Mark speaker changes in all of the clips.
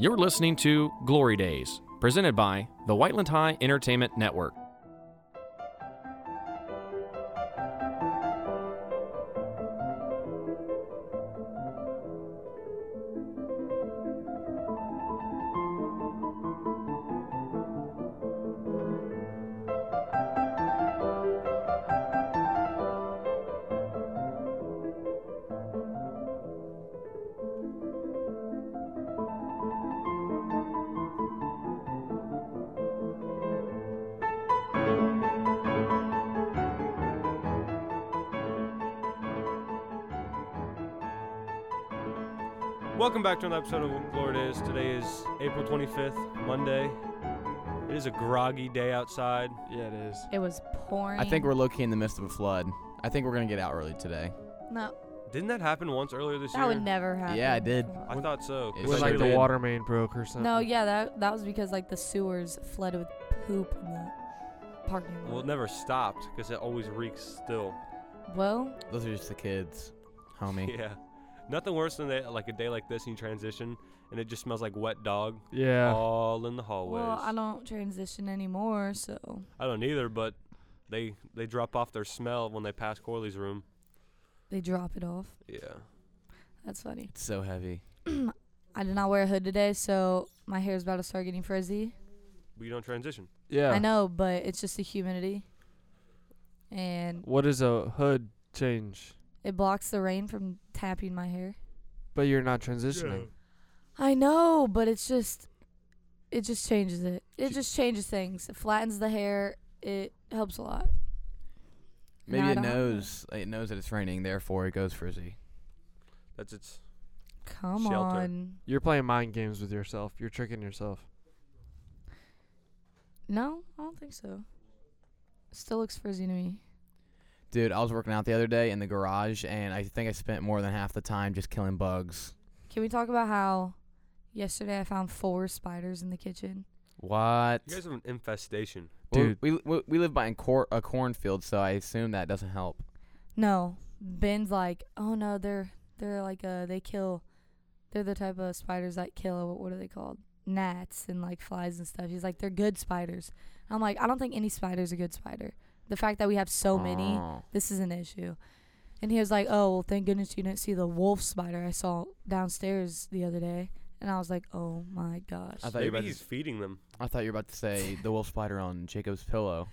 Speaker 1: You're listening to Glory Days, presented by the Whiteland High Entertainment Network.
Speaker 2: Welcome back to another episode of Glory Days. Today is April 25th, Monday. It is a groggy day outside.
Speaker 3: Yeah, it is.
Speaker 4: It was pouring.
Speaker 3: I think we're low key in the midst of a flood. I think we're gonna get out early today.
Speaker 4: no.
Speaker 2: Didn't that happen once earlier this
Speaker 4: That
Speaker 2: year?
Speaker 4: would never happen.
Speaker 3: Yeah, I did.
Speaker 4: Come on.
Speaker 2: I thought so. 'cause
Speaker 3: It's
Speaker 5: When
Speaker 2: I
Speaker 3: sure
Speaker 5: like the
Speaker 2: did.
Speaker 3: did.
Speaker 5: water main broke or something.
Speaker 4: No, yeah, that that was because like the sewers flooded with poop in the parking lot.
Speaker 2: Well, it never stopped because it always reeks still.
Speaker 4: Well,
Speaker 3: Those are just the kids, homie.
Speaker 2: Yeah. Nothing worse than that, like a day like this and you transition and it just smells like wet dog
Speaker 5: Yeah.
Speaker 2: all in the hallways.
Speaker 4: well, I don't transition anymore, so
Speaker 2: I don't either, but they they drop off their smell when they pass Corley's room.
Speaker 4: they drop it off.
Speaker 2: Yeah.
Speaker 4: That's funny.
Speaker 3: It's so heavy.
Speaker 4: I did not wear a hood today, so my hair's about to start getting frizzy.
Speaker 2: But you don't transition.
Speaker 5: yeah.
Speaker 4: I know, but it's just the humidity, and
Speaker 5: What is a hood change?
Speaker 4: it blocks the rain from tapping my hair.
Speaker 5: But you're not transitioning.
Speaker 4: I know, but it's just it just changes it. It just changes things. It flattens the hair. It helps a lot.
Speaker 3: Maybe
Speaker 4: Now I
Speaker 3: it
Speaker 4: don't have that.
Speaker 3: knows. It knows that it's raining, therefore it goes frizzy.
Speaker 2: That's its
Speaker 4: Come
Speaker 2: Shelter.
Speaker 4: on.
Speaker 5: You're playing mind games with yourself. You're tricking yourself.
Speaker 4: No, I don't think so. Still looks frizzy to me.
Speaker 3: Dude, I was working out the other day in the garage, and I think I spent more than half the time just killing bugs.
Speaker 4: Can we talk about how yesterday I found four spiders in the kitchen?
Speaker 3: What?
Speaker 2: you guys have an infestation.
Speaker 3: Well,
Speaker 5: Dude.
Speaker 3: we, we we live by in cor- a cornfield, so I assume that doesn't help.
Speaker 4: No. Ben's like, oh no, they're they're like uh they kill they're the type of spiders that kill what what are they called? Gnats and like flies and stuff. He's like, they're good spiders. I'm like, I don't think any spider's a good spider. The fact that we have so many
Speaker 3: Oh.
Speaker 4: this is an issue. And he was like, Oh, well, thank goodness you didn't see the wolf spider I saw downstairs the other day. And I was like, Oh my gosh.
Speaker 3: I thought you were
Speaker 2: Maybe
Speaker 3: about to,
Speaker 2: he's
Speaker 3: s-
Speaker 2: feeding them.
Speaker 3: I thought you were about to say the wolf spider on Jacob's pillow.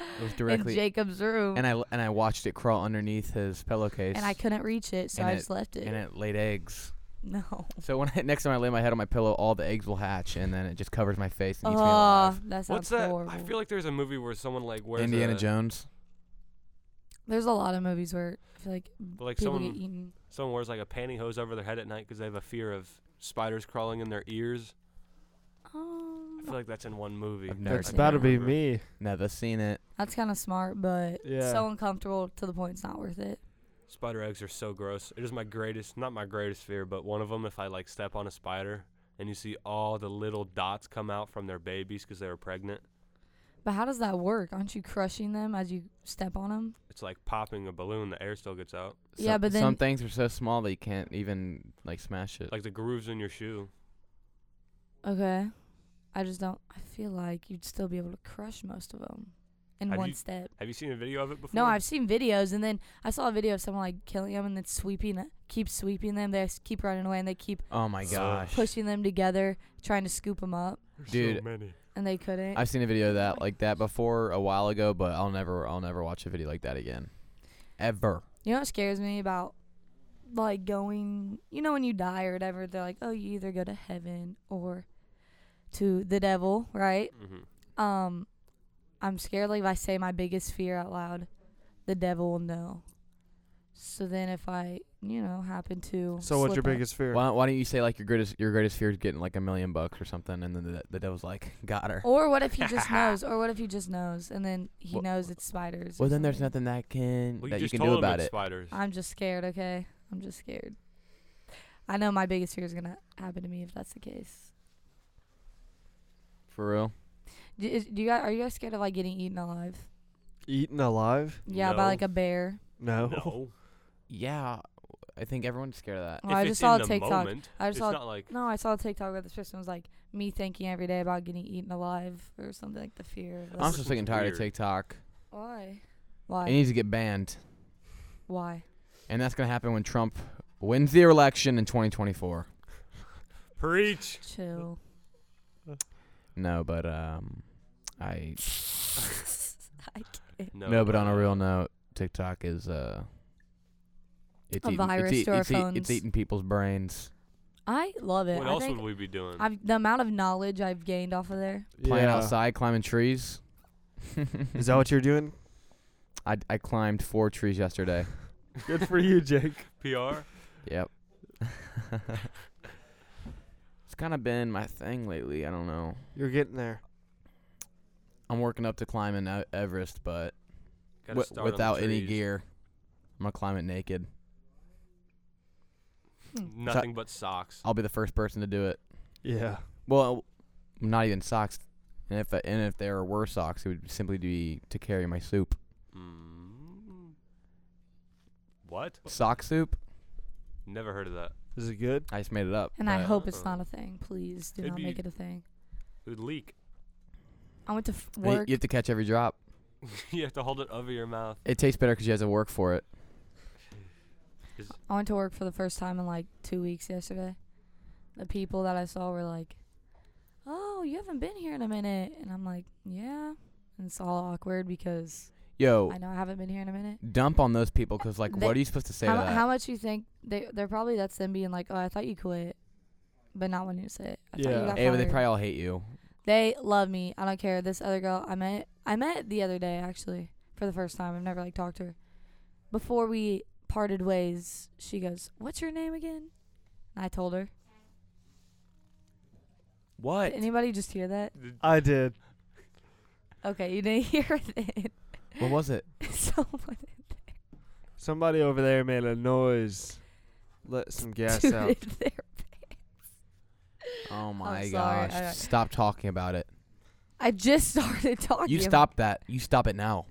Speaker 3: It was directly,
Speaker 4: in Jacob's room.
Speaker 3: and I l- and I watched it crawl underneath his pillowcase,
Speaker 4: And I couldn't reach it, so
Speaker 3: and
Speaker 4: I
Speaker 3: it-
Speaker 4: just left it.
Speaker 3: and it laid eggs.
Speaker 4: no.
Speaker 3: So when I, next time I lay my head on my pillow, all the eggs will hatch, and then it just covers my face and eats me
Speaker 4: Oh,
Speaker 3: alive.
Speaker 4: that sounds
Speaker 2: What's that?
Speaker 4: horrible.
Speaker 2: I feel like there's a movie where someone like wears
Speaker 3: Indiana
Speaker 2: a,
Speaker 3: Jones.
Speaker 4: There's a lot of movies where I feel like
Speaker 2: like
Speaker 4: people
Speaker 2: someone
Speaker 4: get eaten.
Speaker 2: Someone wears like a pantyhose over their head at night because they have a fear of spiders crawling in their ears. I feel
Speaker 4: Um,
Speaker 2: like that's in one movie.
Speaker 3: I've never
Speaker 5: That's
Speaker 3: seen
Speaker 5: about to
Speaker 3: that.
Speaker 5: be me.
Speaker 3: Never seen it.
Speaker 4: that's kind of smart, but
Speaker 5: Yeah.
Speaker 4: so uncomfortable to the point it's not worth it.
Speaker 2: Spider eggs are so gross. It is my greatest, not my greatest fear, but one of them. If I like step on a spider and you see all the little dots come out from their babies because they were pregnant,
Speaker 4: But how does that work? Aren't you crushing them as you step on them?
Speaker 2: it's like popping a balloon. The air still gets out,
Speaker 4: Yeah,
Speaker 3: Some-
Speaker 4: but
Speaker 3: some
Speaker 4: then-
Speaker 3: things are so small that you can't even like smash it.
Speaker 2: like the grooves in your shoe.
Speaker 4: Okay. I just don't. I feel like you'd still be able to crush most of them in
Speaker 2: Have
Speaker 4: one
Speaker 2: you-
Speaker 4: step.
Speaker 2: Have you seen a video of it before?
Speaker 4: No, I've seen videos, and then I saw a video of someone like killing them and then sweeping, keep sweeping them. They s- keep running away, and they keep
Speaker 3: oh my
Speaker 2: So-
Speaker 3: gosh,
Speaker 4: pushing them together, trying to scoop them up,
Speaker 3: dude.
Speaker 2: So many.
Speaker 4: and they couldn't.
Speaker 3: I've seen a video of that like that before a while ago, but I'll never I'll never watch a video like that again, ever.
Speaker 4: you know what scares me about like going? You know when you die or whatever, they're like, oh, you either go to heaven or to the devil, right?
Speaker 2: hmm
Speaker 4: Um, I'm scared. Like if I say my biggest fear out loud, the devil will know. So then, if I, you know, happen to
Speaker 5: So what's your
Speaker 4: slip up-
Speaker 5: biggest fear?
Speaker 3: Why, don't- why don't you say like your greatest your greatest fear is getting like a million bucks or something, and then the, the devil's like got her.
Speaker 4: Or what if he just knows? Or what if he just knows, and then he
Speaker 3: Well-
Speaker 4: knows it's spiders? or
Speaker 3: Well, then there's
Speaker 4: something.
Speaker 3: nothing that can
Speaker 2: Well, you
Speaker 3: that you
Speaker 2: just
Speaker 3: can
Speaker 2: told
Speaker 3: do
Speaker 2: them
Speaker 3: about
Speaker 2: it's
Speaker 3: it.
Speaker 2: Spiders.
Speaker 4: I'm just scared. Okay, I'm just scared. I know my biggest fear is gonna happen to me if that's the case.
Speaker 3: For real.
Speaker 4: Do, is, do you guys are you guys scared of like getting eaten alive?
Speaker 5: Eaten alive?
Speaker 4: Yeah, by
Speaker 2: No.
Speaker 4: like a bear.
Speaker 5: No.
Speaker 2: no.
Speaker 3: Yeah. I think everyone's scared of that.
Speaker 4: Well, I
Speaker 2: If
Speaker 4: just
Speaker 2: it's
Speaker 4: saw
Speaker 2: in
Speaker 4: a
Speaker 2: the
Speaker 4: TikTok.
Speaker 2: moment,
Speaker 4: I
Speaker 2: it's
Speaker 4: just saw
Speaker 2: not like
Speaker 4: No, I saw a TikTok where this person was like, me thinking every day about getting eaten alive or something like the fear. Of
Speaker 3: I'm
Speaker 4: like,
Speaker 2: just
Speaker 3: so sick and tired
Speaker 2: weird.
Speaker 3: of TikTok.
Speaker 4: why?
Speaker 3: It
Speaker 4: Why?
Speaker 3: needs to get banned,
Speaker 4: why?
Speaker 3: and that's gonna happen when Trump wins the election in 2024.
Speaker 2: preach.
Speaker 4: Chill.
Speaker 3: No, but um, I
Speaker 4: I can't.
Speaker 3: no, but on a
Speaker 5: uh,
Speaker 3: real note, TikTok is uh, it's
Speaker 4: A
Speaker 3: eating,
Speaker 4: virus
Speaker 3: it's, eat-
Speaker 4: to our
Speaker 3: it's, eat- it's
Speaker 4: phones.
Speaker 3: eating people's brains.
Speaker 4: I love it.
Speaker 2: What
Speaker 4: I
Speaker 2: else
Speaker 4: think
Speaker 2: would we be doing?
Speaker 4: I've the amount of knowledge I've gained off of there.
Speaker 3: Playing
Speaker 5: Yeah.
Speaker 3: outside, climbing trees.
Speaker 5: Is that what you're doing?
Speaker 3: I I climbed four trees yesterday.
Speaker 5: Good for you, Jake.
Speaker 2: PR.
Speaker 3: Yep. it's kind of been my thing lately. I don't know.
Speaker 5: You're getting there.
Speaker 3: I'm working up to climbing E- Everest, but
Speaker 2: Gotta
Speaker 3: wi-
Speaker 2: start on the
Speaker 3: without any
Speaker 2: trees.
Speaker 3: gear, I'm gonna climb it naked.
Speaker 2: Nothing but socks.
Speaker 3: I'll be the first person to do it.
Speaker 5: Yeah.
Speaker 3: Well, not even socks. And if and if there were socks, it would simply be to carry my soup,
Speaker 2: Mm. What?
Speaker 3: sock soup.
Speaker 2: Never heard of that.
Speaker 5: Is it good?
Speaker 3: I just made it up.
Speaker 4: And I
Speaker 3: but
Speaker 4: hope it's
Speaker 2: Uh-uh.
Speaker 4: not a thing. Please do
Speaker 2: It'd
Speaker 4: not make
Speaker 2: be-
Speaker 4: it a thing.
Speaker 2: It would leak.
Speaker 4: I went to f-
Speaker 3: y-
Speaker 4: work.
Speaker 3: You have to catch every drop.
Speaker 2: you have to hold it over your mouth.
Speaker 3: It tastes better because you have to work for it.
Speaker 4: I went to work for the first time in like two weeks yesterday. The people that I saw were like, "Oh, you haven't been here in a minute," and I'm like, "Yeah." And it's all awkward because
Speaker 3: Yo,
Speaker 4: I know I haven't been here in a minute.
Speaker 3: dump on those people because like,
Speaker 4: They-
Speaker 3: what are you supposed to say
Speaker 4: How,
Speaker 3: to that?
Speaker 4: how much you think they? They're probably that's them being like, "Oh, I thought you quit," but not wanting to say it. I thought
Speaker 5: Yeah.
Speaker 4: you got
Speaker 3: yeah, but they
Speaker 4: fired."
Speaker 3: probably all hate you.
Speaker 4: They love me. I don't care. This other girl I met I met the other day actually for the first time. I've never like talked to her. Before we parted ways, she goes, "What's your name again?" And I told her.
Speaker 3: What?
Speaker 4: Did anybody just hear that?
Speaker 5: I did.
Speaker 4: Okay, you didn't hear it.
Speaker 3: What was it?
Speaker 4: Someone
Speaker 5: Somebody over there made a noise. Let some gas
Speaker 4: did
Speaker 5: out.
Speaker 4: there.
Speaker 3: Oh
Speaker 4: sorry,
Speaker 3: my gosh!
Speaker 4: I don't-
Speaker 3: Stop talking about it.
Speaker 4: I just started talking.
Speaker 3: You stop that. You stop it now.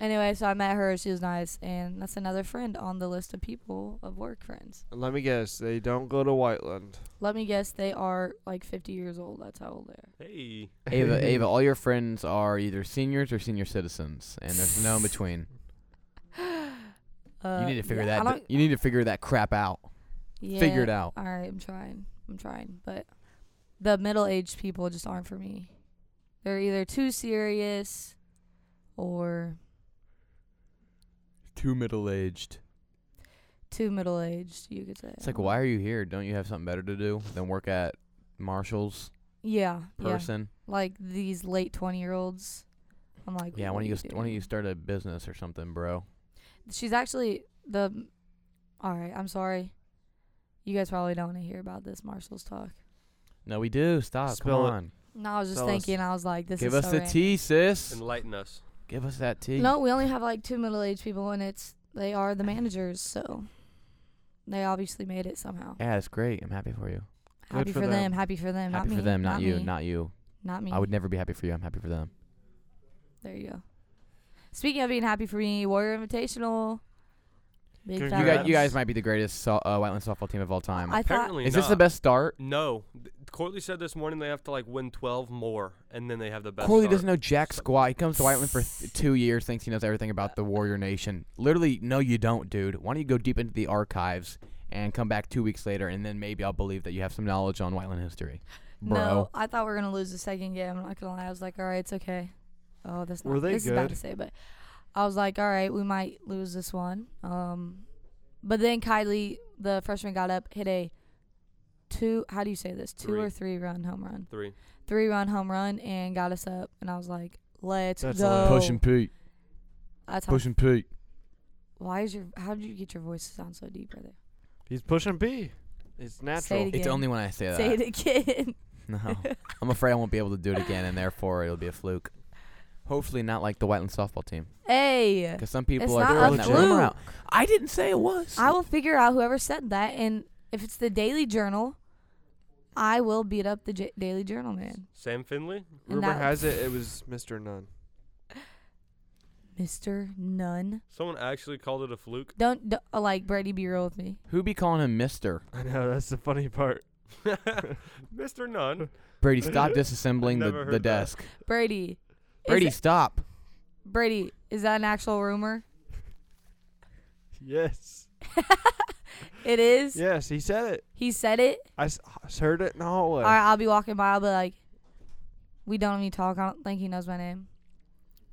Speaker 4: Anyway, so I met her. She was nice, and that's another friend on the list of people of work friends.
Speaker 5: Let me guess. They don't go to Whiteland.
Speaker 4: Let me guess, they are like 50 years old. That's how old they are.
Speaker 2: Hey.
Speaker 3: Ava, Ava, all your friends are either seniors or senior citizens, and there's no in between.
Speaker 4: Uh,
Speaker 3: you need to figure
Speaker 4: yeah, I
Speaker 3: that.
Speaker 4: don't-
Speaker 3: You need to figure that crap out. Figure it
Speaker 4: yeah,
Speaker 3: out.
Speaker 4: All right, I'm trying. I'm trying, but the middle-aged people just aren't for me. They're either too serious, or
Speaker 3: Too middle aged.
Speaker 4: too middle-aged. You could say.
Speaker 3: It's like, why are you here? Don't you have something better to do than work at Marshall's?
Speaker 4: Yeah. Yeah.
Speaker 3: Person.
Speaker 4: like these late 20 year olds. I'm like,
Speaker 3: Yeah.
Speaker 4: what
Speaker 3: Why
Speaker 4: are
Speaker 3: don't you?
Speaker 4: you
Speaker 3: st- Why don't you
Speaker 4: doing?
Speaker 3: start a business or something, bro?
Speaker 4: She's actually the. All right, I'm sorry. You guys probably don't want to hear about this Marshall's talk.
Speaker 3: No, we do. Stop.
Speaker 5: Spill it.
Speaker 3: Come on.
Speaker 4: No, I was just
Speaker 5: Tell us.
Speaker 4: thinking. I was like, this
Speaker 3: Give
Speaker 4: is
Speaker 3: us
Speaker 4: so
Speaker 3: the
Speaker 4: random.
Speaker 3: tea, sis.
Speaker 2: Enlighten us.
Speaker 3: Give us that tea.
Speaker 4: No, we only have like two middle aged people, and it's they are the managers, so they obviously made it somehow.
Speaker 3: Yeah, it's great. I'm happy for you.
Speaker 5: Good
Speaker 4: happy
Speaker 5: for
Speaker 4: for them.
Speaker 5: them.
Speaker 4: Happy for them.
Speaker 3: happy
Speaker 4: not
Speaker 3: for
Speaker 4: me,
Speaker 3: them, not, you,
Speaker 4: me,
Speaker 3: not you.
Speaker 4: not me.
Speaker 3: I would never be happy for you. I'm happy for them.
Speaker 4: there you go. Speaking of being happy for me, Warrior Invitational. Big
Speaker 5: You
Speaker 4: fat
Speaker 3: You guys, you guys
Speaker 4: ups.
Speaker 3: might be the greatest so- uh, Whiteland softball team of all time.
Speaker 4: I thought
Speaker 2: Apparently
Speaker 3: Is this the
Speaker 2: not.
Speaker 3: best start?
Speaker 2: No. Th- Corley said this morning they have to like win 12 more and then they have the best.
Speaker 3: Corley
Speaker 2: start.
Speaker 3: doesn't know jack squat. He comes to Whiteland for th- two years, thinks he knows everything about the Warrior Nation. Literally, no, you don't, dude. Why don't you go deep into the archives and come back two weeks later, and then maybe I'll believe that you have some knowledge on Whiteland history, bro.
Speaker 4: No, I thought we were gonna lose the second game. I'm not gonna lie. I was like, all right, it's okay. Oh, that's not.
Speaker 5: Were they
Speaker 4: this is bad
Speaker 5: good?
Speaker 4: to say, but I was like, all right, we might lose this one. Um, but then Kylie, the freshman, got up, hit a two. How do you say this? Two or three run home run,
Speaker 2: Three.
Speaker 4: three run home run, and got us up. And I was like, let's
Speaker 5: That's
Speaker 4: go.
Speaker 5: hilarious.
Speaker 3: Pushing Pete.
Speaker 4: That's how-
Speaker 3: Pushing Pete.
Speaker 4: Why is your? How did you get your voice to sound so deep right there?
Speaker 5: He's pushing B. It's natural.
Speaker 4: it
Speaker 3: It's
Speaker 4: Again.
Speaker 3: only when I say that.
Speaker 4: Say it again.
Speaker 3: No, I'm afraid I won't be able to do it again, and therefore it'll be a fluke. Hopefully, not like the Whiteland softball team,
Speaker 4: Hey,
Speaker 3: because some people
Speaker 4: it's
Speaker 3: are
Speaker 4: not
Speaker 3: throwing
Speaker 4: a
Speaker 3: that
Speaker 4: fluke.
Speaker 3: rumor out. I didn't say it was.
Speaker 4: I will figure out whoever said that, and if it's the Daily Journal, I will beat up the J- Daily Journal man.
Speaker 2: Sam Finley?
Speaker 4: And
Speaker 5: Rumor
Speaker 4: that-
Speaker 5: has it it was Mr. Nunn.
Speaker 4: Mister None.
Speaker 2: Someone actually called it a fluke.
Speaker 4: Don't, do uh, like Brady. Be real with me.
Speaker 3: Who be calling him Mister?
Speaker 5: I know that's the funny part.
Speaker 2: Mr. Nunn.
Speaker 3: Brady, stop disassembling
Speaker 2: Never
Speaker 3: the,
Speaker 2: heard
Speaker 3: the
Speaker 2: that.
Speaker 3: desk.
Speaker 4: Brady. is
Speaker 3: Brady,
Speaker 4: it-
Speaker 3: stop.
Speaker 4: Brady, is that an actual rumor?
Speaker 5: Yes.
Speaker 4: It is.
Speaker 5: Yes, he said it.
Speaker 4: He said it.
Speaker 5: I s- I s- heard it in the hallway.
Speaker 4: All right, I'll be walking by. I'll be like, we don't even talk. I don't think he knows my name.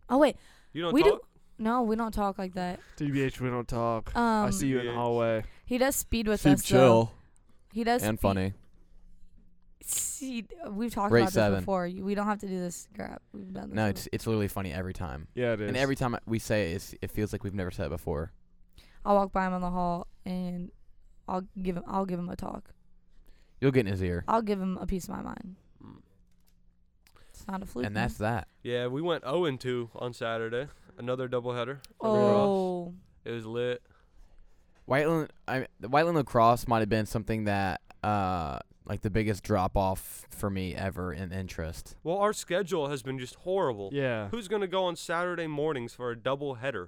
Speaker 4: Oh wait,
Speaker 2: You don't
Speaker 4: we
Speaker 2: talk?
Speaker 4: do. No, we don't talk like that.
Speaker 5: TBH, we don't talk.
Speaker 4: Um,
Speaker 5: I see you in the
Speaker 2: TBH.
Speaker 5: hallway.
Speaker 4: He does speed with
Speaker 3: Keep
Speaker 4: us though.
Speaker 3: chill
Speaker 4: He does
Speaker 3: and
Speaker 4: speed-
Speaker 3: funny.
Speaker 4: See, we've talked
Speaker 3: Rate
Speaker 4: about
Speaker 3: seven.
Speaker 4: this before. You- We don't have to do this crap. We've done this.
Speaker 3: No,
Speaker 4: before.
Speaker 3: it's it's literally funny every time.
Speaker 5: Yeah, it is.
Speaker 3: And every time we say it, it's, it feels like we've never said it before.
Speaker 4: I'll walk by him in the hall and I'll give him. I'll give him a talk.
Speaker 3: You'll get in his ear,
Speaker 4: I'll give him a piece of my mind.
Speaker 2: Mm.
Speaker 4: It's not a fluke.
Speaker 3: and
Speaker 4: man.
Speaker 3: that's that.
Speaker 2: Yeah, we went 0 and 2 on Saturday. Another doubleheader.
Speaker 4: oh,
Speaker 2: It was lit.
Speaker 3: Whiteland, I the Whiteland lacrosse might have been something that uh like the biggest drop off for me ever in interest.
Speaker 2: Well, our schedule has been just horrible.
Speaker 5: yeah.
Speaker 2: Who's going to go on Saturday mornings for a doubleheader?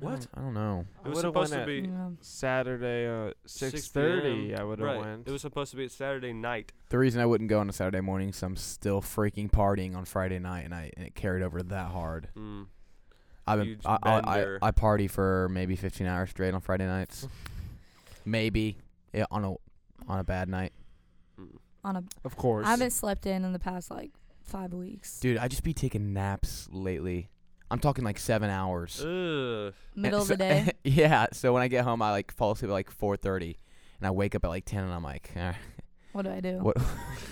Speaker 3: I
Speaker 2: What?
Speaker 3: don't- I don't know.
Speaker 2: It was
Speaker 5: would've
Speaker 2: supposed
Speaker 5: went
Speaker 2: to
Speaker 5: at
Speaker 2: be
Speaker 4: yeah.
Speaker 5: Saturday, uh,
Speaker 2: 6
Speaker 5: six thirty.
Speaker 2: p.m.
Speaker 5: I would have
Speaker 2: right.
Speaker 5: went.
Speaker 2: It was supposed to be at Saturday night.
Speaker 3: The reason I wouldn't go on a Saturday morning is I'm still freaking partying on Friday night, and I and it carried over that hard.
Speaker 2: Mm.
Speaker 3: I've been
Speaker 2: Huge
Speaker 3: I, I,
Speaker 2: bender.
Speaker 3: I I party for maybe 15 hours straight on Friday nights, maybe yeah, on a on a bad night.
Speaker 2: Mm.
Speaker 4: On a,
Speaker 5: of course.
Speaker 4: I haven't slept in in the past like five weeks.
Speaker 3: Dude, I just be taking naps lately. I'm talking like seven hours.
Speaker 2: Ugh.
Speaker 3: And
Speaker 4: Middle of
Speaker 3: so-
Speaker 4: the day.
Speaker 3: yeah. So when I get home, I like fall asleep at like 4:30, and I wake up at like 10, and I'm like, "Ah."
Speaker 4: What do I do?
Speaker 3: What-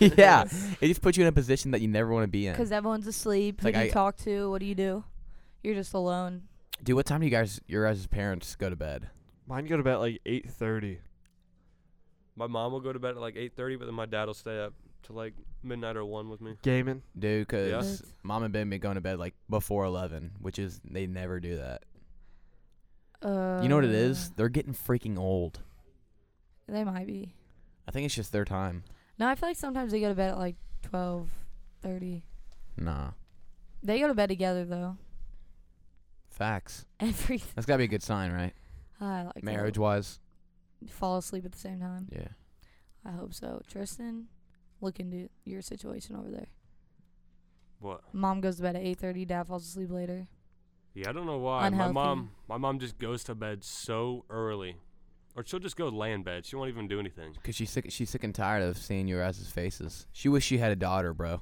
Speaker 3: yeah. It just puts you in a position that you never want to be in.
Speaker 4: Because everyone's asleep. Who
Speaker 3: Like,
Speaker 4: do you
Speaker 3: I-
Speaker 4: talk to? What do you do? You're just alone.
Speaker 3: Dude, what time do you guys, your guys' parents go to bed?
Speaker 5: Mine go to bed like eight thirty.
Speaker 2: My mom will go to bed at like 8:30, but then my dad will stay up to like midnight or 1 with me.
Speaker 5: Gaming.
Speaker 3: Dude, 'cause
Speaker 2: Yeah.
Speaker 4: That's-
Speaker 3: mom and Ben been going to bed like before 11, which is they never do that.
Speaker 4: Uh,
Speaker 3: you know what it is? They're getting freaking old.
Speaker 4: They might be.
Speaker 3: I think it's just their time.
Speaker 4: No, I feel like sometimes they go to bed at like twelve thirty.
Speaker 3: Nah,
Speaker 4: They go to bed together though.
Speaker 3: facts.
Speaker 4: Every
Speaker 3: That's gotta be a good sign, right?
Speaker 4: I like to
Speaker 3: Marriage wise.
Speaker 4: fall asleep at the same time.
Speaker 3: Yeah.
Speaker 4: I hope so. Tristan, look into your situation over there.
Speaker 2: What?
Speaker 4: Mom goes to bed at eight thirty. Dad falls asleep later.
Speaker 2: Yeah, I don't know why.
Speaker 4: Unhealthy.
Speaker 2: My mom my mom just goes to bed so early. Or she'll just go lay in bed. She won't even do anything.
Speaker 3: Cause she's sick. She's sick and tired of seeing your guys' faces. She wish she had a daughter, bro.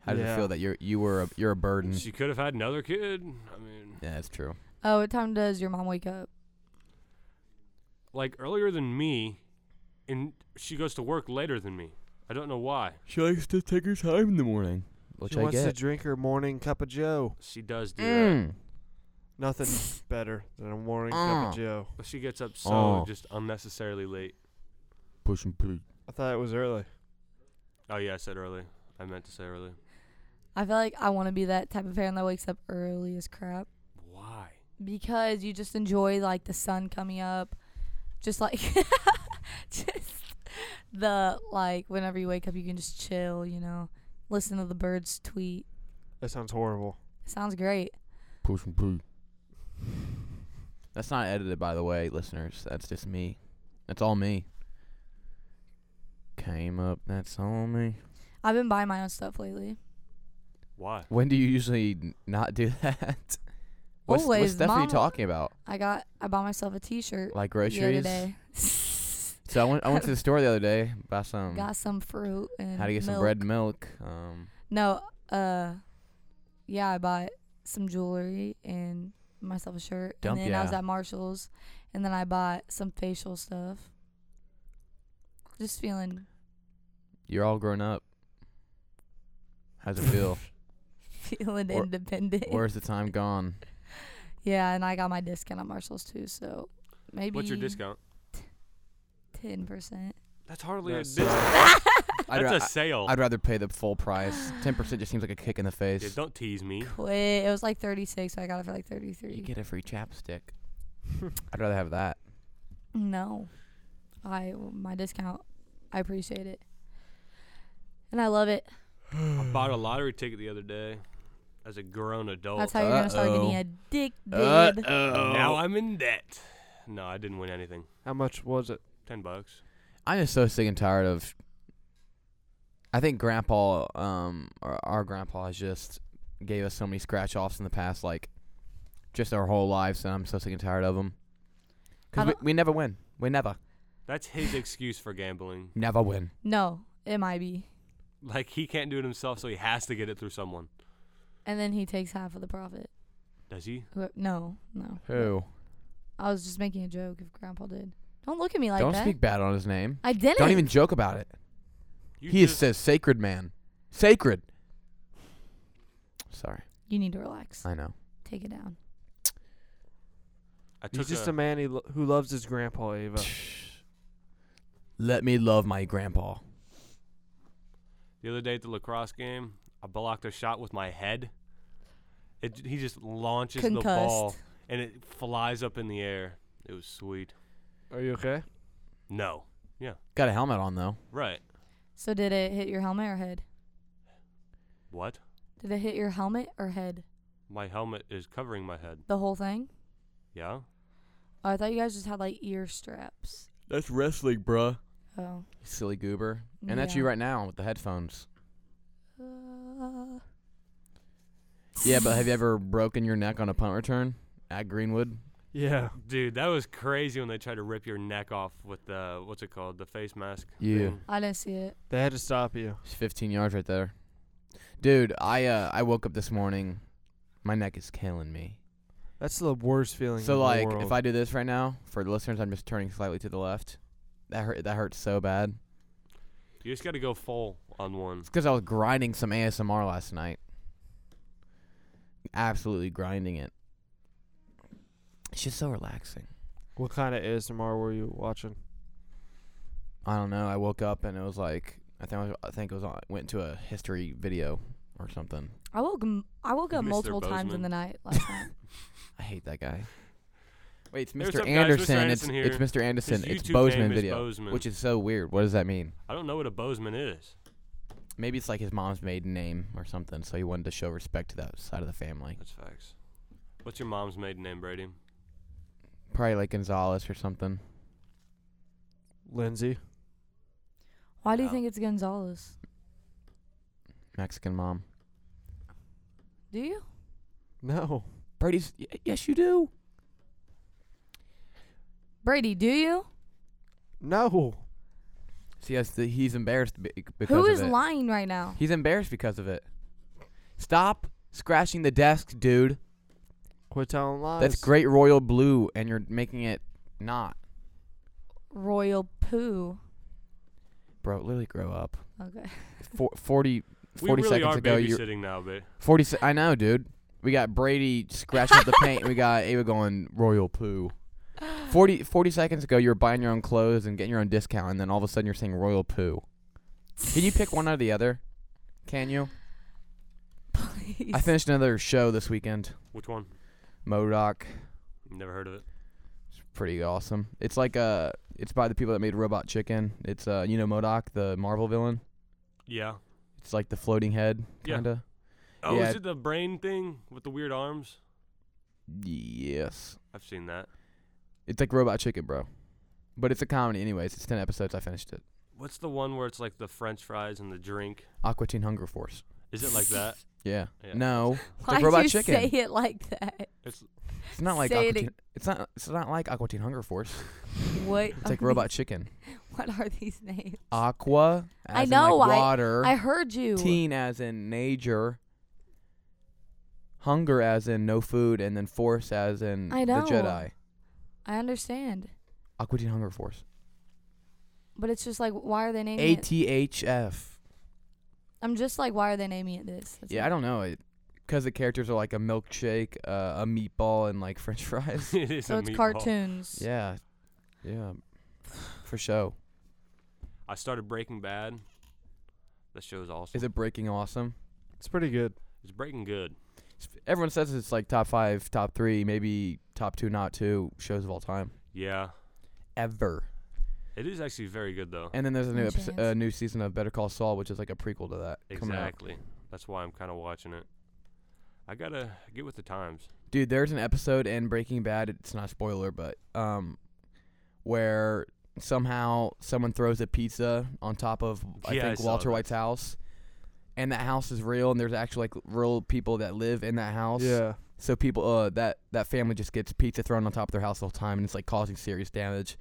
Speaker 3: How does it
Speaker 5: Yeah.
Speaker 3: feel that you're you were a, you're a burden?
Speaker 2: She could have had another kid. I mean,
Speaker 3: yeah, that's true.
Speaker 4: Oh, what time does your mom wake up?
Speaker 2: like earlier than me, and she goes to work later than me. I don't know why.
Speaker 3: She likes to take her time in the morning, which
Speaker 5: she
Speaker 3: I
Speaker 5: wants to
Speaker 3: get.
Speaker 5: drink her morning cup of Joe.
Speaker 2: She does do that.
Speaker 3: Mm.
Speaker 5: Nothing better than a morning cup
Speaker 3: Mm.
Speaker 5: of Joe.
Speaker 2: But she gets up so
Speaker 3: Oh.
Speaker 2: just unnecessarily late.
Speaker 3: Push and pull.
Speaker 5: I thought it was early.
Speaker 2: Oh yeah, I said early. I meant to say early.
Speaker 4: I feel like I want to be that type of parent that wakes up early as crap.
Speaker 2: Why?
Speaker 4: because you just enjoy like the sun coming up just like just the like whenever you wake up you can just chill you know listen to the birds tweet
Speaker 5: That sounds horrible.
Speaker 4: sounds great
Speaker 3: Push and pull. That's not edited, by the way, listeners. That's just me. That's all me. Came up. That's all me.
Speaker 4: i've been buying my own stuff lately
Speaker 2: Why?
Speaker 3: When do you usually n- not do that? What's,
Speaker 4: Always,
Speaker 3: what's stuff are you
Speaker 4: Mom-
Speaker 3: talking about?
Speaker 4: i got i bought myself a t-shirt
Speaker 3: Like
Speaker 4: the other
Speaker 3: groceries?
Speaker 4: day
Speaker 3: So I went, I went to the store the other day, bought some,
Speaker 4: got some fruit and
Speaker 3: Um, how to get some
Speaker 4: milk.
Speaker 3: bread and milk. Um,
Speaker 4: no uh yeah i bought some jewelry and myself a shirt
Speaker 3: Dump-
Speaker 4: and then i was
Speaker 3: yeah.
Speaker 4: at marshall's and then i bought some facial stuff just feeling
Speaker 3: you're all grown up. How's it feel?
Speaker 4: feeling
Speaker 3: Or-
Speaker 4: independent
Speaker 3: Where's the time gone?
Speaker 4: yeah and i got my discount at marshall's too so maybe
Speaker 2: What's your discount?
Speaker 4: 10%
Speaker 2: That's hardly
Speaker 5: That's,
Speaker 2: a discount.
Speaker 3: I'd, ra-
Speaker 2: That's a sale.
Speaker 3: I- I'd rather pay the full price. Ten percent just seems like a kick in the
Speaker 2: yeah,
Speaker 3: face.
Speaker 2: don't tease me.
Speaker 4: quit it was like 36 so i got it for like 33
Speaker 3: you get a free chapstick. I'd rather have that.
Speaker 4: No. I my discount. I appreciate it. And I love it.
Speaker 2: I bought a lottery ticket the other day. as a grown adult.
Speaker 4: That's how you're gonna start getting
Speaker 3: Oh, Uh-oh. Uh.
Speaker 4: addicted.
Speaker 3: Oh.
Speaker 2: now I'm in debt. No, I didn't win anything.
Speaker 5: How much was it?
Speaker 2: Ten bucks.
Speaker 3: I'm just so sick and tired of. I think Grandpa, um, our, our Grandpa has just gave us so many scratch offs in the past, like just our whole lives, and I'm so sick and tired of them.
Speaker 4: I
Speaker 3: Cause we,
Speaker 4: don't-
Speaker 3: we never win. We never,
Speaker 2: That's his excuse for gambling.
Speaker 3: never win.
Speaker 4: no, it might be.
Speaker 2: Like he can't do it himself, so he has to get it through someone.
Speaker 4: And then he takes half of the profit.
Speaker 2: Does he?
Speaker 4: Who- No, no.
Speaker 3: Who?
Speaker 4: I was just making a joke. If Grandpa did, don't look at me like
Speaker 3: Don't
Speaker 4: that.
Speaker 3: speak bad on his name.
Speaker 4: I didn't.
Speaker 3: Don't even joke about it.
Speaker 2: You
Speaker 3: he is
Speaker 2: just-
Speaker 3: says sacred man. Sacred. Sorry,
Speaker 4: You need to relax.
Speaker 3: I know.
Speaker 4: Take it down.
Speaker 2: I took
Speaker 5: He's just
Speaker 2: a-
Speaker 5: a man he lo- who loves his grandpa, Ava.
Speaker 3: Let me love my grandpa.
Speaker 2: the other day at the lacrosse game. I blocked a shot with my head. It, he just launches the ball
Speaker 4: Concussed.
Speaker 2: and it flies up in the air. It was sweet.
Speaker 5: Are you okay?
Speaker 2: No,
Speaker 3: Got a helmet on though.
Speaker 2: right?
Speaker 4: So did it hit your helmet or head?
Speaker 2: What?
Speaker 4: Did it hit your helmet or head?
Speaker 2: My helmet is covering my head.
Speaker 4: The whole thing?
Speaker 2: Yeah.
Speaker 4: Oh, I thought you guys just had like ear straps.
Speaker 3: That's wrestling, bruh.
Speaker 4: Oh.
Speaker 3: Silly goober. And that's you
Speaker 4: Yeah.
Speaker 3: right now with the headphones.
Speaker 4: Uh,
Speaker 3: Yeah, but have you ever broken your neck on a punt return at Greenwood?
Speaker 5: Yeah.
Speaker 2: Dude, that was crazy when they tried to rip your neck off with the what's it called, the face mask.
Speaker 3: Yeah.
Speaker 2: thing.
Speaker 4: I didn't see it.
Speaker 5: They had to stop you.
Speaker 3: It's 15 yards right there. Dude, I uh, I woke up this morning. My neck is killing me.
Speaker 5: That's the worst feeling.
Speaker 3: So
Speaker 5: in
Speaker 3: like,
Speaker 5: the world.
Speaker 3: if I do this right now, for the listeners, I'm just turning slightly to the left. That hurt. That hurts so bad.
Speaker 2: You just got to go full on one.
Speaker 3: It's because I was grinding some ASMR last night. Absolutely grinding it. It's just so relaxing.
Speaker 5: what kind of ASMR were you watching?
Speaker 3: I don't know. I woke up and it was like I think I, was, I think it was on, went to a history video or something.
Speaker 4: I woke m- I woke up
Speaker 2: Mr.
Speaker 4: multiple times
Speaker 2: Bozeman.
Speaker 4: in the night last night.
Speaker 3: I hate that guy. Wait, it's
Speaker 2: Hey, what's
Speaker 3: Mr.
Speaker 2: up, guys? Mr.
Speaker 3: Anderson.
Speaker 2: Anderson
Speaker 3: it's, it's Mr. Anderson.
Speaker 2: His
Speaker 3: It's
Speaker 2: YouTube
Speaker 3: Bozeman
Speaker 2: name is
Speaker 3: video,
Speaker 2: Bozeman.
Speaker 3: which is so weird. What does that mean?
Speaker 2: I don't know what a Bozeman is.
Speaker 3: Maybe it's like his mom's maiden name or something. So he wanted to show respect to that side of the family.
Speaker 2: That's facts. What's your mom's maiden name, Brady?
Speaker 3: Probably like Gonzalez or something.
Speaker 5: Lindsay.
Speaker 4: Why do you
Speaker 2: Yeah.
Speaker 4: think it's Gonzalez?
Speaker 3: Mexican mom.
Speaker 4: Do you?
Speaker 5: No.
Speaker 3: Brady's. Y- yes, you do.
Speaker 4: Brady, do you?
Speaker 5: No.
Speaker 3: See, that's the, he's embarrassed be- because
Speaker 4: Who
Speaker 3: of
Speaker 4: is
Speaker 3: it.
Speaker 4: lying right now?
Speaker 3: He's embarrassed because of it. Stop scratching the desk, dude.
Speaker 5: Quit telling lies.
Speaker 3: That's great royal blue, and you're making it not,
Speaker 4: Royal poo.
Speaker 3: bro. Literally, grow up.
Speaker 4: Okay.
Speaker 3: For, 40, 40
Speaker 2: we really
Speaker 3: seconds
Speaker 2: are
Speaker 3: ago, you
Speaker 2: babysitting now, but
Speaker 3: 40. Se- I know, dude. We got Brady scratching up the paint. and We got Ava going royal poo. 40, 40 seconds ago, you were buying your own clothes and getting your own discount, and then all of a sudden you're saying royal poo. Can you pick one out of the other? Can you?
Speaker 4: Please.
Speaker 3: I finished another show this weekend.
Speaker 2: which one?
Speaker 3: Modoc.
Speaker 2: Never heard of it.
Speaker 3: It's pretty awesome. It's like uh it's by the people that made Robot Chicken. It's uh you know Modoc, the Marvel villain.
Speaker 2: Yeah.
Speaker 3: It's like the floating head
Speaker 2: Yeah.
Speaker 3: kinda.
Speaker 2: Oh,
Speaker 3: Yeah.
Speaker 2: is it the brain thing with the weird arms?
Speaker 3: Yes.
Speaker 2: I've seen that.
Speaker 3: It's like Robot Chicken, bro. But it's a comedy anyways. It's ten episodes, I finished it.
Speaker 2: What's the one where it's like the French fries and the drink?
Speaker 3: Aqua Teen Hunger Force.
Speaker 2: Is it like that?
Speaker 3: Yeah.
Speaker 2: Yeah.
Speaker 3: No. It's
Speaker 4: Why
Speaker 3: like
Speaker 4: did
Speaker 3: Robot
Speaker 4: you
Speaker 3: Chicken.
Speaker 4: say it like that?
Speaker 2: It's
Speaker 3: It's not like
Speaker 4: Say
Speaker 3: Aqua
Speaker 4: it
Speaker 3: Teen it's not it's not like Aqua Teen Hunger Force.
Speaker 4: What?
Speaker 3: It's like
Speaker 4: are
Speaker 3: Robot Chicken.
Speaker 4: these- What are these names?
Speaker 3: Aqua as
Speaker 4: I
Speaker 3: in
Speaker 4: know,
Speaker 3: like
Speaker 4: I-
Speaker 3: water.
Speaker 4: I heard you.
Speaker 3: teen as in nature, hunger as in no food, and then force as in
Speaker 4: I
Speaker 3: the
Speaker 4: know.
Speaker 3: Jedi.
Speaker 4: I understand,
Speaker 3: Aqua Teen Hunger Force.
Speaker 4: but it's just like, why are they naming
Speaker 3: A
Speaker 4: it?
Speaker 3: T H F.
Speaker 4: I'm just like, why are they naming it this? That's
Speaker 3: Yeah,
Speaker 4: it.
Speaker 3: I don't know. Because the characters are like a milkshake, uh, a meatball, and like french fries.
Speaker 2: it is
Speaker 4: So
Speaker 2: a
Speaker 4: it's
Speaker 2: meatball.
Speaker 4: cartoons.
Speaker 3: yeah. Yeah. For show.
Speaker 2: I started Breaking Bad. That show's awesome.
Speaker 3: Is it breaking awesome?
Speaker 5: It's pretty good.
Speaker 2: It's Breaking Good.
Speaker 3: It's- Everyone says it's like top five, top three, maybe top two, not two shows of all time.
Speaker 2: Yeah.
Speaker 3: Ever.
Speaker 2: It is actually very good though.
Speaker 3: And then there's a new
Speaker 4: No
Speaker 3: episode,
Speaker 4: chance.
Speaker 3: uh, new season of Better Call Saul, which is like a prequel to that. coming out.
Speaker 2: Exactly. That's why I'm kind of watching it. I gotta get with the times.
Speaker 3: Dude, there's an episode in Breaking Bad. It's not a spoiler, but um, where somehow someone throws a pizza on top of I
Speaker 2: Yeah, I
Speaker 3: think
Speaker 2: saw
Speaker 3: Walter
Speaker 2: that.
Speaker 3: White's house, and that house is real, and there's actually like real people that live in that house.
Speaker 5: Yeah.
Speaker 3: So people, uh, that that family just gets pizza thrown on top of their house all the time, and it's like causing serious damage,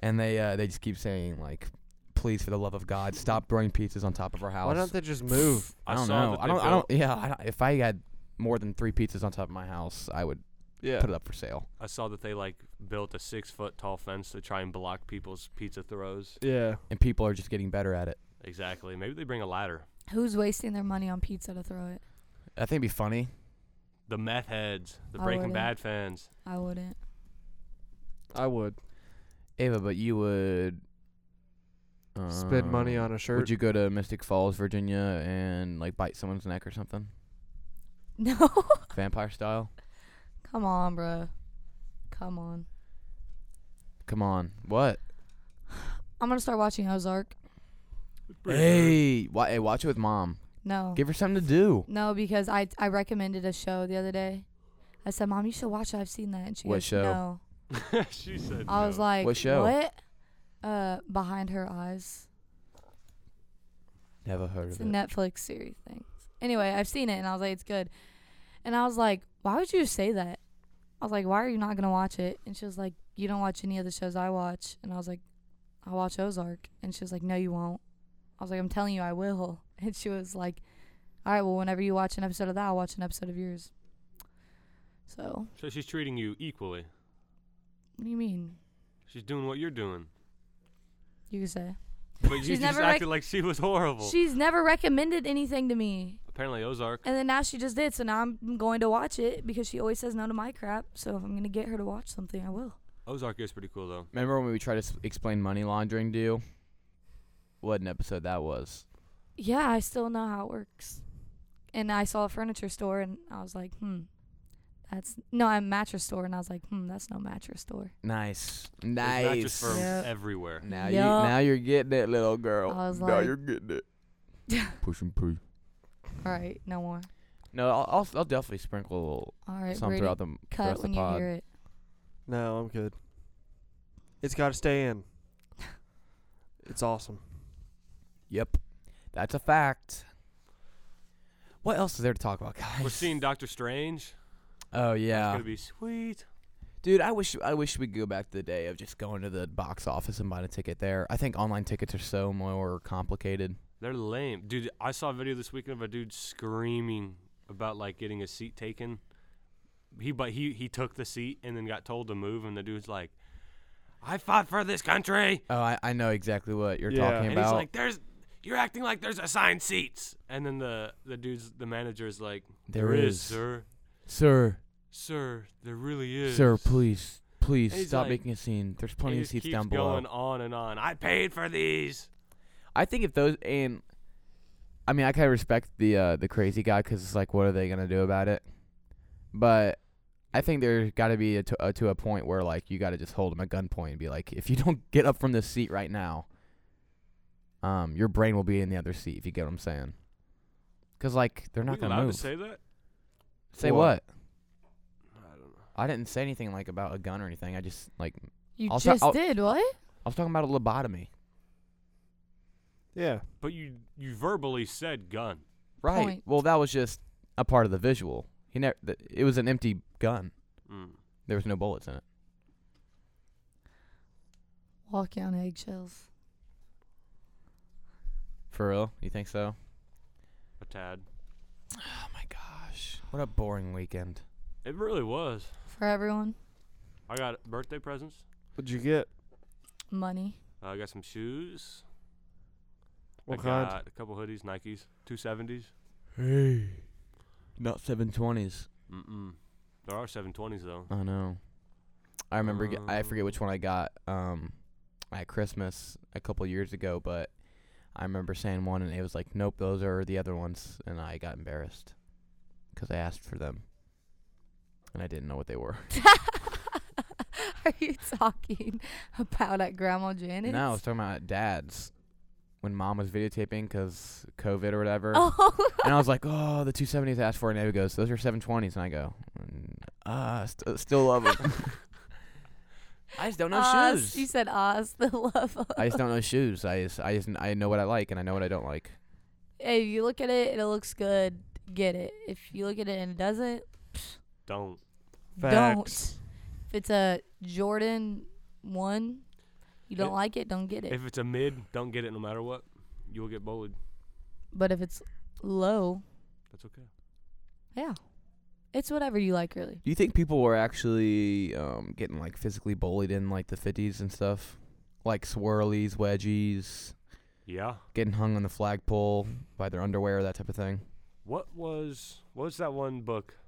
Speaker 3: and they uh, they just keep saying like, please for the love of God, stop throwing pizzas on top of our house.
Speaker 5: Why don't they just move?
Speaker 3: I don't
Speaker 2: saw
Speaker 3: know.
Speaker 2: that
Speaker 3: I
Speaker 2: they
Speaker 3: don't. I
Speaker 2: built-
Speaker 3: don't. Yeah. I don't, if I had more than three pizzas on top of my house, I would
Speaker 5: Yeah.
Speaker 3: put it up for sale.
Speaker 2: I saw that they like built a six foot tall fence to try and block people's pizza throws.
Speaker 5: Yeah.
Speaker 3: And people are just getting better at it.
Speaker 2: Exactly. Maybe they bring a ladder.
Speaker 4: Who's wasting their money on pizza to throw it?
Speaker 3: I think it'd be funny.
Speaker 2: The meth heads, the
Speaker 4: I
Speaker 2: Breaking
Speaker 4: wouldn't.
Speaker 2: Bad fans.
Speaker 4: I wouldn't.
Speaker 5: I would
Speaker 3: Ava, but you would
Speaker 5: spend money
Speaker 3: um,
Speaker 5: on a shirt.
Speaker 3: Would you go to Mystic Falls, Virginia, and like bite someone's neck or something,
Speaker 4: No.
Speaker 3: vampire style?
Speaker 4: Come on, bro. Come on.
Speaker 3: Come on, what?
Speaker 4: I'm gonna start watching Ozark.
Speaker 3: Hey, wa- hey, watch it with mom.
Speaker 4: No.
Speaker 3: Give her something to do.
Speaker 4: No, because I I recommended a show the other day. I said, Mom, you should watch it. I've seen that. And she
Speaker 3: What
Speaker 4: goes,
Speaker 3: show?
Speaker 4: No.
Speaker 2: she said.
Speaker 4: I was
Speaker 2: no.
Speaker 4: like,
Speaker 3: What show?
Speaker 4: What? Uh, Behind Her Eyes.
Speaker 3: Never heard
Speaker 4: It's
Speaker 3: of
Speaker 4: a
Speaker 3: it.
Speaker 4: Netflix series thing. Anyway, I've seen it and I was like, it's good. And I was like, why would you say that? I was like, why are you not gonna watch it? And she was like, you don't watch any of the shows I watch. And I was like, I watch Ozark. And she was like, no, you won't. I was like, I'm telling you, I will. And she was like, all right, well, whenever you watch an episode of that, I'll watch an episode of yours. So,
Speaker 2: So she's treating you equally.
Speaker 4: what do you mean?
Speaker 2: She's doing what you're doing.
Speaker 4: You can say
Speaker 2: But you
Speaker 4: She's
Speaker 2: just
Speaker 4: never
Speaker 2: acted
Speaker 4: rec-
Speaker 2: like she was horrible.
Speaker 4: she's never recommended anything to me,
Speaker 2: Apparently Ozark.
Speaker 4: and then now she just did. So now I'm going to watch it because she always says no to my crap. So if I'm gonna get her to watch something, I will.
Speaker 2: Ozark is pretty cool though.
Speaker 3: Remember when we tried to s- explain money laundering to you? What an episode that was.
Speaker 4: Yeah, I still know how it works. And I saw a furniture store and I was like, hmm, that's no, I'm mattress store. And I was like, hmm, that's no mattress store.
Speaker 3: Nice,
Speaker 2: There's
Speaker 3: nice.
Speaker 2: Mattress firms
Speaker 4: Yeah.
Speaker 2: everywhere.
Speaker 3: Now you,
Speaker 4: Yup.
Speaker 3: now you're getting it, little girl.
Speaker 4: I was
Speaker 3: now
Speaker 4: like-
Speaker 3: you're getting it. Push and push.
Speaker 4: All right, no more.
Speaker 3: No, I'll, I'll, I'll definitely sprinkle
Speaker 4: All right,
Speaker 3: some
Speaker 4: Brady,
Speaker 3: throughout the
Speaker 4: cut
Speaker 3: rest
Speaker 4: when
Speaker 3: of the
Speaker 4: you
Speaker 3: pod.
Speaker 4: hear it.
Speaker 5: No, I'm good. It's got to stay in. It's awesome.
Speaker 3: Yep, that's a fact. What else is there to talk about, guys?
Speaker 2: We're seeing Doctor Strange.
Speaker 3: Oh
Speaker 2: It's
Speaker 3: yeah,
Speaker 2: gonna be sweet.
Speaker 3: dude. I wish I wish we could go back to the day of just going to the box office and buying a ticket there. I think online tickets are so more complicated.
Speaker 2: They're lame, dude. I saw a video this weekend of a dude screaming about like getting a seat taken. He but he he took the seat and then got told to move, and the dude's like, "I fought for this country,"
Speaker 3: Oh, I, I know exactly what you're
Speaker 5: Yeah.
Speaker 3: talking
Speaker 2: and
Speaker 3: about.
Speaker 2: he's like, "There's." You're acting like there's assigned seats, and then the the dude's the manager's like,
Speaker 3: There
Speaker 2: there is,
Speaker 3: is.
Speaker 2: sir,
Speaker 3: sir,
Speaker 2: sir, there really is,
Speaker 3: sir, please, please
Speaker 2: And he's
Speaker 3: stop
Speaker 2: like-
Speaker 3: making a scene. There's
Speaker 2: And
Speaker 3: plenty
Speaker 2: he
Speaker 3: of
Speaker 2: just
Speaker 3: seats
Speaker 2: keeps
Speaker 3: down below.
Speaker 2: going on and on. I paid for these.
Speaker 3: I think if those and I mean I kind of respect the uh, the crazy guy because it's like what are they gonna do about it? But I think there's got to be a to, a to a point where like you got to just hold him at gunpoint and be like, if you don't get up from this seat right now, um, your brain will be in the other seat. If you get what I'm saying? Because like they're
Speaker 2: Are
Speaker 3: not
Speaker 2: we
Speaker 3: gonna
Speaker 2: allowed
Speaker 3: move.
Speaker 2: to say that?
Speaker 3: Say
Speaker 5: What?
Speaker 3: what?
Speaker 2: I don't know.
Speaker 3: I didn't say anything like about a gun or anything. I just like
Speaker 4: You
Speaker 3: I'll ta-
Speaker 4: just
Speaker 3: I'll-
Speaker 4: did what?
Speaker 3: I was talking about a lobotomy.
Speaker 5: Yeah.
Speaker 2: But you you verbally said gun.
Speaker 3: Right.
Speaker 4: Point.
Speaker 3: Well, that was just a part of the visual. He never. Th- it was an empty gun.
Speaker 2: Mm.
Speaker 3: There was no bullets in it.
Speaker 4: Walking on eggshells.
Speaker 3: For real? You think so?
Speaker 2: A tad.
Speaker 3: Oh my gosh. What a boring weekend.
Speaker 2: It really was.
Speaker 4: For everyone,
Speaker 2: I got birthday presents.
Speaker 5: What'd you get?
Speaker 4: money.
Speaker 2: Uh, I got some shoes.
Speaker 3: Oh,
Speaker 5: What
Speaker 2: I
Speaker 5: kind?
Speaker 2: got a couple hoodies, Nikes, two seventies.
Speaker 3: Hey. Not 720s.
Speaker 2: Mm-mm. There are seven twenties though.
Speaker 3: I know. I remember ge- I forget
Speaker 2: Um.
Speaker 3: which one I got um at Christmas a couple years ago, but I remember saying one and it was like, "Nope, those are the other ones." And I got embarrassed cuz I asked for them. And I didn't know what they were.
Speaker 4: Are you talking about at Grandma Janet's?
Speaker 3: No, I was talking about dads. when mom was videotaping because COVID or whatever.
Speaker 4: Oh,
Speaker 3: And I was like, oh, the 270s I asked for. And Abby goes, those are 720s. And I go, "Mm, uh, st- still love them. I just don't know
Speaker 4: Oz.
Speaker 3: Oh, shoes.
Speaker 4: You said Oz, the love. Of.
Speaker 3: I just don't know shoes. I just, I just, I know what I like and I know what I don't like.
Speaker 4: Hey, if you look at it and it looks good, get it. If you look at it and it doesn't,
Speaker 2: Don't.
Speaker 4: don't.
Speaker 5: Facts.
Speaker 4: If it's a Jordan one, you don't
Speaker 2: It-
Speaker 4: like it, don't get it.
Speaker 2: If it's a mid, don't get it no matter what. You'll get bullied.
Speaker 4: but if it's low,
Speaker 2: That's okay.
Speaker 4: yeah, it's whatever you like, really.
Speaker 3: Do you think people were actually um, getting like physically bullied in like the 50s and stuff? Like swirlies, wedgies,
Speaker 2: Yeah.
Speaker 3: getting hung on the flagpole by their underwear, that type of thing.
Speaker 2: What was what was that one book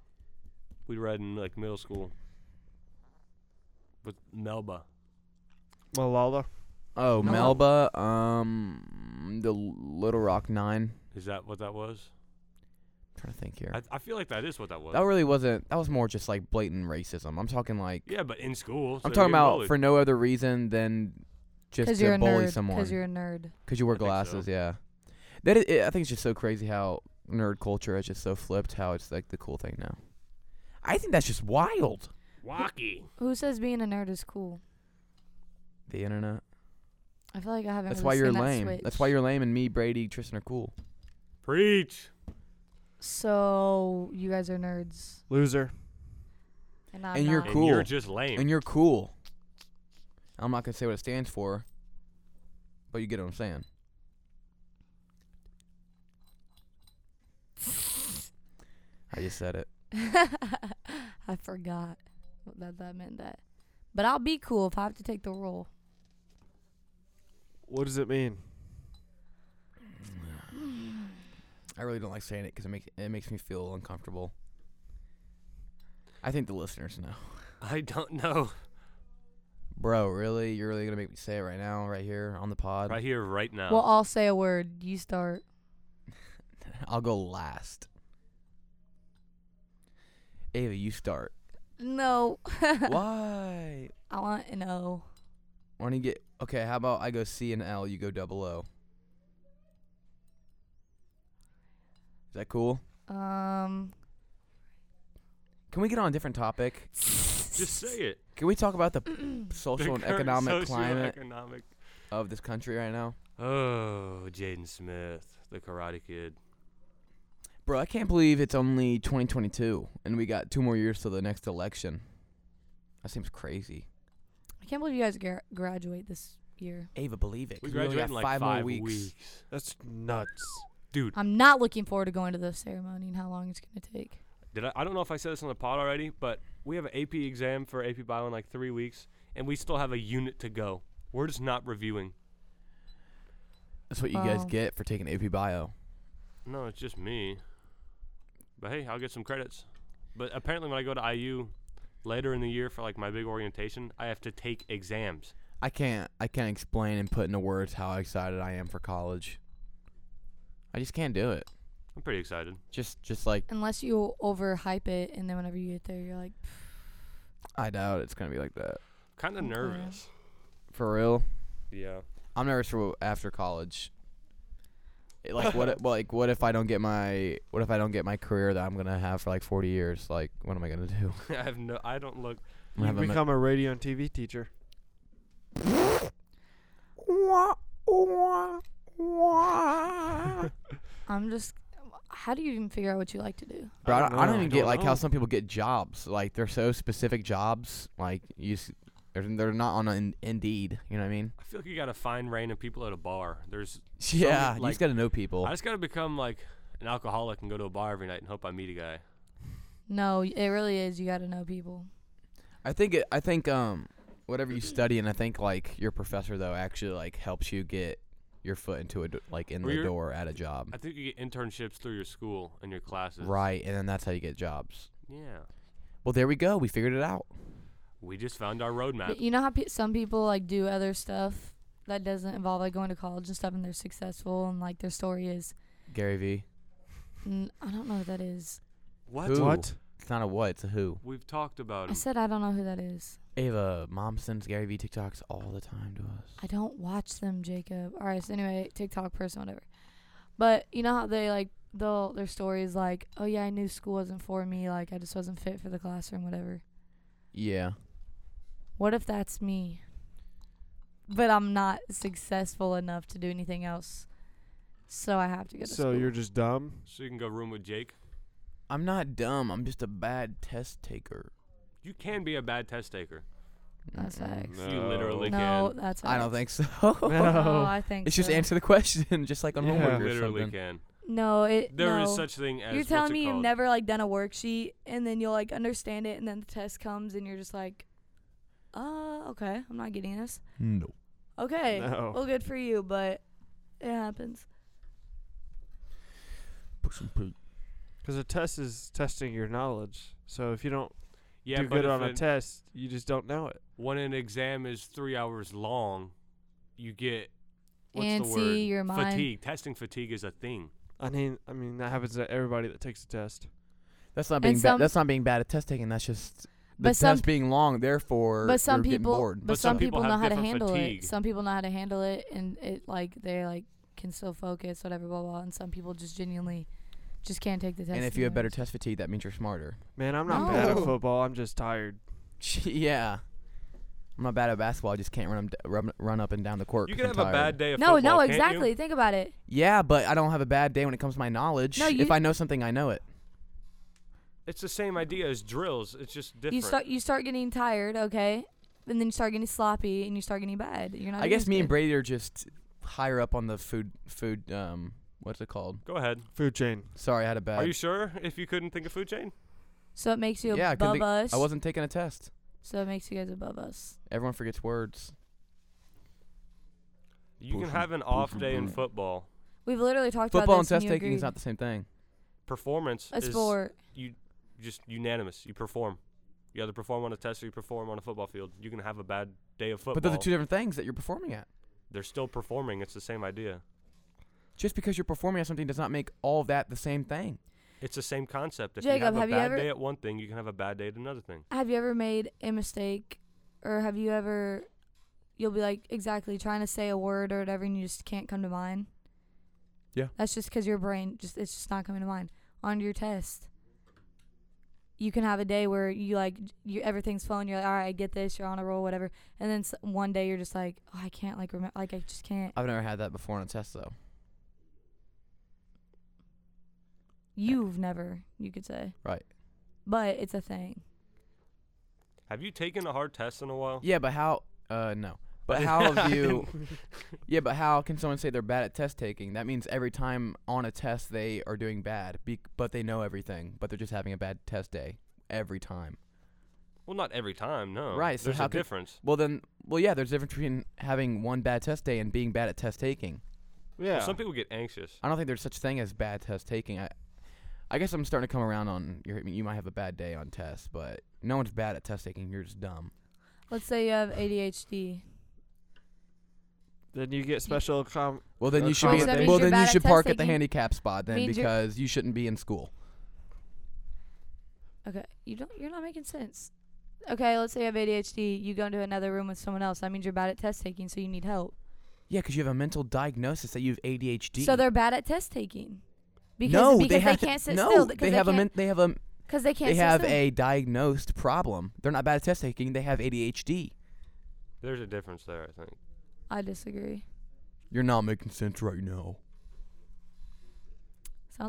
Speaker 2: we read in like middle school with Melba?
Speaker 5: Malala.
Speaker 3: Oh,
Speaker 4: No.
Speaker 3: Melba, um, the Little Rock Nine.
Speaker 2: Is that what that was?
Speaker 3: trying to think here.
Speaker 2: I, I feel like that is what that was.
Speaker 3: that really wasn't. That was more just like blatant racism. I'm talking like
Speaker 2: yeah, but in school. so
Speaker 3: I'm
Speaker 2: you're
Speaker 3: talking
Speaker 2: getting
Speaker 3: about
Speaker 2: bullied.
Speaker 3: for no other reason than just
Speaker 4: Because
Speaker 3: to
Speaker 4: you're a
Speaker 3: bully
Speaker 4: nerd.
Speaker 3: someone
Speaker 4: Because you're a nerd.
Speaker 3: because you wear
Speaker 2: I think so.
Speaker 3: glasses. Yeah, that is, I think it's just so crazy how nerd culture is just so flipped. How it's like the cool thing now. I think that's just wild.
Speaker 2: Wacky.
Speaker 4: Who says being a nerd is cool?
Speaker 3: The internet.
Speaker 4: I feel like I haven't.
Speaker 3: That's
Speaker 4: really
Speaker 3: why you're
Speaker 4: seen that
Speaker 3: lame. That's why
Speaker 4: switch.
Speaker 3: you're lame. And me, Brady, Tristan are cool.
Speaker 2: Preach.
Speaker 4: So you guys are nerds,
Speaker 5: Loser.
Speaker 4: and I'm
Speaker 3: And you're
Speaker 4: not.
Speaker 2: And you're
Speaker 3: Cool.
Speaker 2: just lame.
Speaker 3: And you're cool. I'm not gonna say what it stands for, but you get what I'm saying. I just said it.
Speaker 4: I forgot what that that meant that, but I'll be cool if I have to take the role.
Speaker 5: What does it mean?
Speaker 3: I really don't like saying it because it makes it makes me feel uncomfortable. I think the listeners know.
Speaker 2: I don't know.
Speaker 3: Bro, really? You're really gonna make me say it right now, right here on the pod?
Speaker 2: Right here, right now.
Speaker 4: Well, I'll say a word. You start.
Speaker 3: I'll go last. Ava, you start.
Speaker 4: No.
Speaker 3: Why?
Speaker 4: I want an O.
Speaker 3: Why don't you get okay? How about I go C and L, you go double O. Is that cool?
Speaker 4: Um.
Speaker 3: Can we get on a different topic?
Speaker 2: just say it.
Speaker 3: Can we talk about the
Speaker 2: The
Speaker 3: social and
Speaker 2: current
Speaker 3: economic climate
Speaker 2: socioeconomic-
Speaker 3: of this country right now?
Speaker 2: Oh, Jaden Smith, the Karate Kid.
Speaker 3: Bro, I can't believe it's only 2022 and we got two more years till the next election. That seems crazy.
Speaker 4: I can't believe you guys gra- graduate this year.
Speaker 3: Ava, believe it.
Speaker 2: We
Speaker 3: 'cause only
Speaker 2: graduate
Speaker 3: got
Speaker 2: in like
Speaker 3: five, more
Speaker 2: weeks.
Speaker 3: weeks.
Speaker 5: That's nuts.
Speaker 2: Dude,
Speaker 4: I'm not looking forward to going to the ceremony and how long it's gonna take.
Speaker 2: did I, I don't know if I said this on the pod already, but we have an AP exam for AP Bio in like three weeks, and we still have a unit to go. We're just not reviewing.
Speaker 3: That's what you guys
Speaker 4: Wow.
Speaker 3: get for taking AP Bio.
Speaker 2: No, it's just me. But hey, I'll get some credits. But apparently, when I go to IU later in the year for like my big orientation, I have to take exams.
Speaker 3: I can't. I can't explain and put into words how excited I am for college. I just can't do it.
Speaker 2: I'm pretty excited.
Speaker 3: Just, just like
Speaker 4: Unless you overhype it, and then whenever you get there, you're like,
Speaker 3: I doubt it's gonna be like that
Speaker 2: Kind of
Speaker 4: Okay.
Speaker 2: nervous.
Speaker 3: for real.
Speaker 2: Yeah.
Speaker 3: I'm nervous for what- after college. It- Like what? if- like what if I don't get my? What if I don't get my career that I'm gonna have for like 40 years? Like what am I gonna do?
Speaker 2: I have no. I don't look.
Speaker 3: I'm
Speaker 5: You
Speaker 3: gonna have a me-
Speaker 5: become a radio and TV teacher.
Speaker 4: I'm just. How do you even figure out what you like to do?
Speaker 3: Bro, I
Speaker 5: don't
Speaker 3: don't, I don't
Speaker 5: know.
Speaker 3: even
Speaker 2: I
Speaker 3: get
Speaker 2: don't
Speaker 3: like how
Speaker 2: know.
Speaker 3: some people get jobs. Like they're so specific jobs. Like you, s- they're, they're not on in, Indeed. You know what I mean?
Speaker 2: I feel like you gotta find random people at a bar. There's.
Speaker 3: Yeah, you
Speaker 2: like-
Speaker 3: just gotta know people.
Speaker 2: I just gotta become like an alcoholic and go to a bar every night and hope I meet a guy.
Speaker 4: No, y- it really is. You got to know people.
Speaker 3: I think it, I think um whatever you study and I think like your professor though actually like helps you get your foot into a d- like in
Speaker 2: Or
Speaker 3: the
Speaker 2: your-
Speaker 3: door at a job.
Speaker 2: I think you get internships through your school and your classes.
Speaker 3: Right, and then that's how you get jobs.
Speaker 2: Yeah.
Speaker 3: Well, there we go. We figured it out.
Speaker 2: We just found our roadmap.
Speaker 4: But you know how pe- some people like do other stuff that doesn't involve like going to college and stuff, and they're successful, and like their story is.
Speaker 3: Gary V.
Speaker 4: N- I don't know what that is.
Speaker 2: What?
Speaker 3: Who?
Speaker 5: What?
Speaker 3: It's not a what, it's a who.
Speaker 2: We've talked about
Speaker 4: I
Speaker 2: him.
Speaker 4: said I don't know who that is.
Speaker 3: Ava, mom sends Gary Vee TikToks all the time to us.
Speaker 4: I don't watch them, Jacob. All right. So anyway, TikTok person, whatever. But you know how they like they'll their story is like, oh yeah, I knew school wasn't for me. Like I just wasn't fit for the classroom, whatever.
Speaker 3: Yeah.
Speaker 4: What if that's me? But I'm not successful enough to do anything else, so I have to go to
Speaker 5: So
Speaker 4: school.
Speaker 5: you're just dumb.
Speaker 2: So you can go room with Jake.
Speaker 3: I'm not dumb. I'm just a bad test taker.
Speaker 2: You can be a bad test taker.
Speaker 4: that's
Speaker 3: Mm-mm.
Speaker 4: facts.
Speaker 2: You literally
Speaker 4: no,
Speaker 2: can.
Speaker 4: that's
Speaker 3: I don't
Speaker 4: facts.
Speaker 3: think so.
Speaker 4: No, Oh, I think
Speaker 3: Oh, it's just
Speaker 4: so.
Speaker 3: answer the question, just like on
Speaker 5: Yeah.
Speaker 3: homework or
Speaker 2: literally
Speaker 3: something.
Speaker 2: can.
Speaker 4: No, it
Speaker 2: There is
Speaker 4: no.
Speaker 2: such thing as
Speaker 4: You're
Speaker 2: what's
Speaker 4: telling
Speaker 2: it
Speaker 4: me you've
Speaker 2: called?
Speaker 4: never like done a worksheet and then you'll like understand it and then the test comes and you're just like, uh, okay, I'm not getting this.
Speaker 3: No.
Speaker 4: Okay,
Speaker 5: No.
Speaker 4: well, good for you, but it happens.
Speaker 5: Because a test is testing your knowledge. So if you don't
Speaker 2: yeah,
Speaker 5: do
Speaker 2: but
Speaker 5: good on
Speaker 2: if
Speaker 5: a
Speaker 2: it-
Speaker 5: test, you just don't know it.
Speaker 2: when an exam is three hours long, you get what's the
Speaker 4: Antsy,
Speaker 2: word?
Speaker 4: your mind-
Speaker 2: Fatigue. Testing fatigue is a thing.
Speaker 5: I mean, I mean that happens to everybody that takes a test.
Speaker 3: That's not being bad.
Speaker 4: some-
Speaker 3: That's not being bad at test taking. That's just the
Speaker 4: But
Speaker 3: test
Speaker 4: some-
Speaker 3: being long. Therefore,
Speaker 4: But some
Speaker 3: you're getting
Speaker 4: people,
Speaker 3: bored.
Speaker 4: but,
Speaker 2: But
Speaker 4: some,
Speaker 2: some people
Speaker 4: people know
Speaker 2: have
Speaker 4: how to
Speaker 2: different
Speaker 4: handle
Speaker 2: fatigue.
Speaker 4: it. Some people know how to handle it, and it like they like can still focus, whatever, blah blah. And some people just genuinely just can't take the test.
Speaker 3: and if you have better
Speaker 4: anyways.
Speaker 3: test fatigue, that means you're smarter.
Speaker 5: Man, I'm not bad at
Speaker 4: No.
Speaker 5: football. I'm just tired.
Speaker 3: yeah. I'm not bad at basketball. I just can't run 'em d- run, run up and down the court.
Speaker 2: You
Speaker 3: 'cause
Speaker 2: can
Speaker 3: I'm
Speaker 2: have a
Speaker 3: tired.
Speaker 2: bad day of
Speaker 4: no,
Speaker 2: football,
Speaker 4: no,
Speaker 2: can't you?
Speaker 4: exactly. Think about it.
Speaker 3: Yeah, but I don't have a bad day when it comes to my knowledge.
Speaker 4: No,
Speaker 3: if
Speaker 4: you-
Speaker 3: I know something, I know it.
Speaker 2: It's the same idea as drills. It's just different.
Speaker 4: You start you start getting tired, okay, and then you start getting sloppy, and you start getting bad. You're not.
Speaker 3: I guess
Speaker 4: doing
Speaker 3: me
Speaker 4: good.
Speaker 3: and Brady are just higher up on the food food um what's it called?
Speaker 2: Go ahead.
Speaker 5: Food chain.
Speaker 3: Sorry, I had a bad.
Speaker 2: Are you sure? If you couldn't think of food chain,
Speaker 4: So it makes you
Speaker 3: yeah, I, couldn't
Speaker 4: above us.
Speaker 3: think- I wasn't taking a test.
Speaker 4: So it makes you guys above us.
Speaker 3: Everyone forgets words.
Speaker 2: you can
Speaker 3: Bullshit.
Speaker 2: have an off
Speaker 3: Bullshit.
Speaker 2: day in
Speaker 3: Bullshit.
Speaker 2: football.
Speaker 4: We've literally talked
Speaker 3: Football
Speaker 4: about
Speaker 3: and
Speaker 4: this.
Speaker 3: test
Speaker 4: you
Speaker 3: taking is
Speaker 4: agreed.
Speaker 3: not the same thing.
Speaker 2: Performance
Speaker 4: a
Speaker 2: is
Speaker 4: sport.
Speaker 2: just unanimous. You perform. You either perform on a test or you perform on a football field. You can have a bad day of football.
Speaker 3: But they're the two different things that you're performing at.
Speaker 2: They're still performing. It's the same idea.
Speaker 3: Just because you're performing at something does not make all of that the same thing.
Speaker 2: It's the same concept. If you
Speaker 4: Jacob,
Speaker 2: have a
Speaker 4: have you
Speaker 2: bad
Speaker 4: ever-
Speaker 2: day at one thing, you can have a bad day at another thing.
Speaker 4: Have you ever made a mistake, or have you ever? You'll be like exactly trying to say a word or whatever, and you just can't come to mind.
Speaker 3: Yeah.
Speaker 4: That's just because your brain just it's just not coming to mind on your test. You can have a day where you like you everything's flowing. You're like, all right, I get this. You're on a roll, whatever. And then s- one day you're just like, oh, I can't like remember. Like I just can't.
Speaker 3: I've never had that before on a test though.
Speaker 4: You've never, you could say.
Speaker 3: Right.
Speaker 4: But it's a thing.
Speaker 2: Have you taken a hard test in a while?
Speaker 3: Yeah, but how? Uh, no. But how have you? yeah, but how can someone say they're bad at test taking? That means every time on a test they are doing bad, be- but they know everything, but they're just having a bad test day every time.
Speaker 2: Well, not every time, no.
Speaker 3: Right, so
Speaker 2: There's
Speaker 3: how
Speaker 2: a
Speaker 3: could-
Speaker 2: difference.
Speaker 3: Well then, well yeah, there's a difference between having one bad test day and being bad at test taking.
Speaker 5: Yeah.
Speaker 2: Some people get anxious.
Speaker 3: I don't think there's such thing as bad test taking. I, I guess I'm starting to come around on your. You might have a bad day on tests, but no one's bad at test taking. You're just dumb.
Speaker 4: Let's say you have ADHD.
Speaker 5: then you get special com.
Speaker 3: Well then
Speaker 5: Or
Speaker 3: you should
Speaker 4: Oh,
Speaker 3: be.
Speaker 5: Does that mean
Speaker 3: Well
Speaker 4: you're
Speaker 3: then
Speaker 4: bad
Speaker 3: you
Speaker 4: at
Speaker 3: should
Speaker 4: test
Speaker 3: park at the
Speaker 4: taking?
Speaker 3: handicap spot then
Speaker 4: Means you're-
Speaker 3: because you shouldn't be in school.
Speaker 4: Okay, you don't. You're not making sense. Okay, let's say you have ADHD. You go into another room with someone else. That means you're bad at test taking, so you need help.
Speaker 3: Yeah, because you have a mental diagnosis that you have ADHD.
Speaker 4: So they're bad at test taking. Because,
Speaker 3: no,
Speaker 4: because
Speaker 3: they, have
Speaker 4: can't sit
Speaker 3: no,
Speaker 4: still.
Speaker 3: They,
Speaker 4: Because they,
Speaker 3: have a
Speaker 4: can't,
Speaker 3: men- they have a
Speaker 4: Because they can't.
Speaker 3: they
Speaker 4: sit
Speaker 3: have
Speaker 4: still.
Speaker 3: a diagnosed problem. They're not bad at test taking. They have ADHD.
Speaker 2: There's a difference there, I think.
Speaker 4: I disagree.
Speaker 3: You're not making sense right now.
Speaker 4: Sounds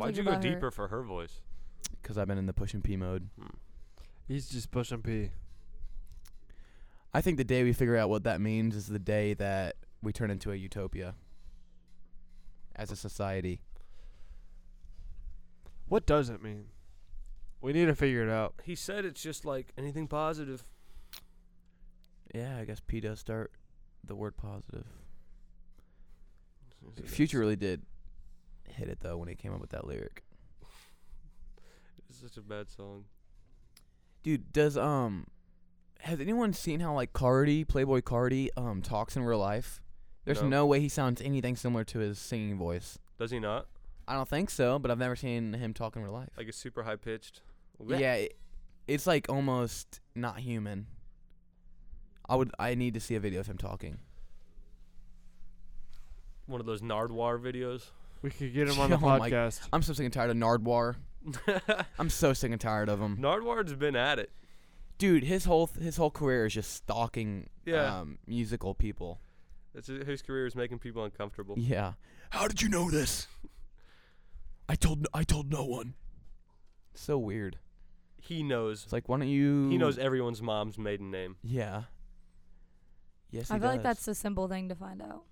Speaker 2: Why'd
Speaker 4: like
Speaker 2: you
Speaker 4: you're
Speaker 2: go
Speaker 4: about her.
Speaker 2: deeper for her voice?
Speaker 3: Because I've been in the push and pee mode.
Speaker 5: He's just pushing pee.
Speaker 3: I think the day we figure out what that means is the day that we turn into a utopia as a society.
Speaker 5: What does it mean? We need to figure it out.
Speaker 2: He said it's just like anything positive.
Speaker 3: Yeah, I guess P does start the word positive. Future really did hit it though when he came up with that lyric.
Speaker 2: It's such a bad song.
Speaker 3: Dude, does um has anyone seen how like Cardi, Playboy Cardi, um talks in real life? There's
Speaker 2: No.
Speaker 3: no, way he sounds anything similar to his singing voice.
Speaker 2: Does he not?
Speaker 3: I don't think so, but I've never seen him talk in real life.
Speaker 2: Like it's super high pitched.
Speaker 3: yeah, it, it's like almost not human. I would I need to see a video of him talking.
Speaker 2: One of those Nardwar videos.
Speaker 5: We could get him on the
Speaker 3: Oh my-
Speaker 5: podcast.
Speaker 3: I'm so sick and tired of Nardwar. I'm so sick and tired of him.
Speaker 2: Nardwar's been at it.
Speaker 3: Dude, his whole his whole career is just stalking
Speaker 2: Yeah.
Speaker 3: um, musical people.
Speaker 2: That's his his career is making people uncomfortable.
Speaker 3: Yeah. How did you know this? I told I told no one. So weird.
Speaker 2: He knows.
Speaker 3: It's like why don't you
Speaker 2: He knows everyone's mom's maiden name.
Speaker 3: Yeah. Yes,
Speaker 4: I
Speaker 3: he
Speaker 4: feel like
Speaker 3: does.
Speaker 4: that's a simple thing to find out.